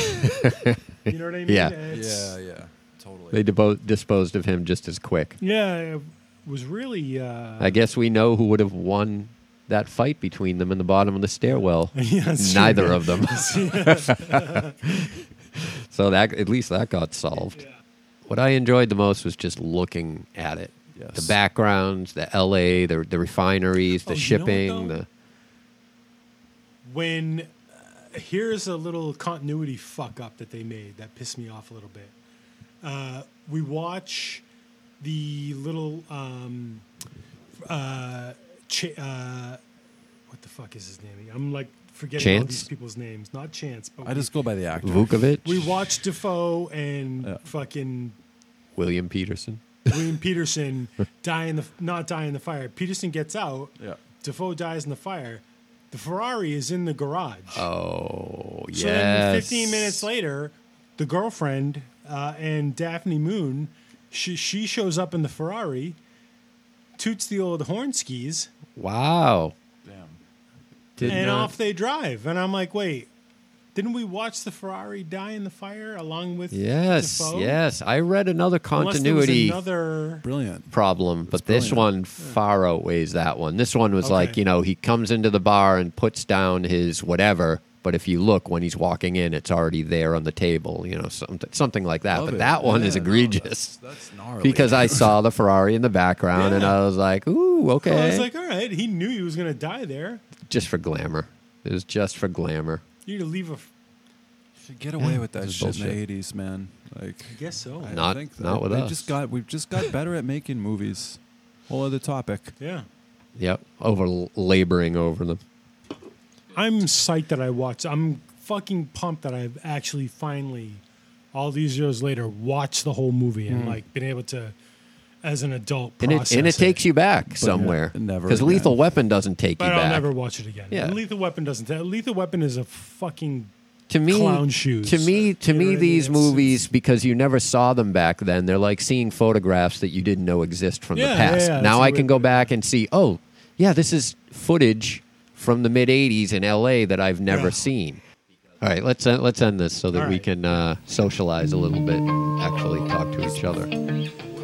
D: you know what I mean?
B: Yeah.
D: It's-
C: Yeah. Yeah. Totally.
B: they devo- disposed of him just as quick.
D: yeah, it was really uh
B: I guess we know who would have won that fight between them in the bottom of the stairwell.
D: Yeah, it's true.
B: Neither of them. so that at least that got solved. What I enjoyed the most was just looking at it
C: Yes.
B: the backgrounds, the LA, the the refineries, the
D: Oh, you know what,
B: shipping,
D: though?
B: the
D: when uh, here's a little continuity fuck up that they made that pissed me off a little bit. Uh, we watch the little um, uh, Ch- uh, what the fuck is his name? I'm like forgetting all
B: Chance?
D: these people's names. Not Chance, but
C: I just go by the actor.
B: Vukovic,
D: we, we watch Defoe and fucking
B: William Peterson.
D: William Peterson die in the not die in the fire. Peterson gets out.
C: Yeah.
D: Defoe dies in the fire. The Ferrari is in the garage.
B: Oh yes.
D: So then 15 minutes later, the girlfriend uh, and Daphne Moon, she, she shows up in the Ferrari, toots the old horn skis,
B: Wow.
C: Damn.
B: Did
D: and
B: not-
D: off they drive. And I'm like, wait, didn't we watch the Ferrari die in the fire along with
B: Yes,
D: Defoe?
B: yes. I read another
D: Unless there was
B: continuity
D: another.
C: Brilliant.
B: problem, but this one far outweighs that one. This one was like,
D: Okay.
B: you know, he comes into the bar and puts down his whatever, but if you look when he's walking in, it's already there on the table, you know, something something like that.
C: Love
B: but
C: it.
B: that one
C: Yeah,
B: is
C: no,
B: egregious
C: that's, that's gnarly.
B: because I saw the Ferrari in the background and
D: Yeah.
B: I was like, ooh, okay,
D: Well, I was like, all right, he knew he was going to die there.
B: just for glamour. It was just for glamour.
D: You need to leave a. f-
C: Should get away with that
B: this is
C: shit in
B: bullshit.
C: the eighties, man. Like
D: I guess so.
C: I
B: Not-
C: think
B: not with
C: they
B: us.
C: Just got we've just got better at making movies. Whole other topic.
D: yeah.
B: Yep, over laboring over them.
D: I'm psyched that I watched. I'm fucking pumped that I've actually finally, all these years later, watched the whole movie and like been able to, as an adult,
B: Hmm. And
D: process
B: it, and it takes you back somewhere.
C: yeah, never
B: Because
C: again.
B: Lethal Weapon doesn't take
D: But
B: you
D: I'll
B: back.
D: never watch it again.
B: Yeah.
D: And Lethal Weapon doesn't. That Lethal Weapon is a fucking.
B: to me
D: clown shoes.
B: to me to
D: You know what I
B: me
D: mean?
B: these
D: It's-
B: movies because you never saw them back then they're like seeing photographs that you didn't know exist from the
D: Yeah, yeah,
B: past
D: yeah,
B: now
D: that's
B: i
D: a
B: can
D: good
B: go
D: point.
B: back and see oh yeah this is footage from the mid 80s in la that i've never
D: Yeah.
B: seen all right let's uh, let's end this so that
D: All
B: we
D: right.
B: can uh, socialize a little bit actually talk to each other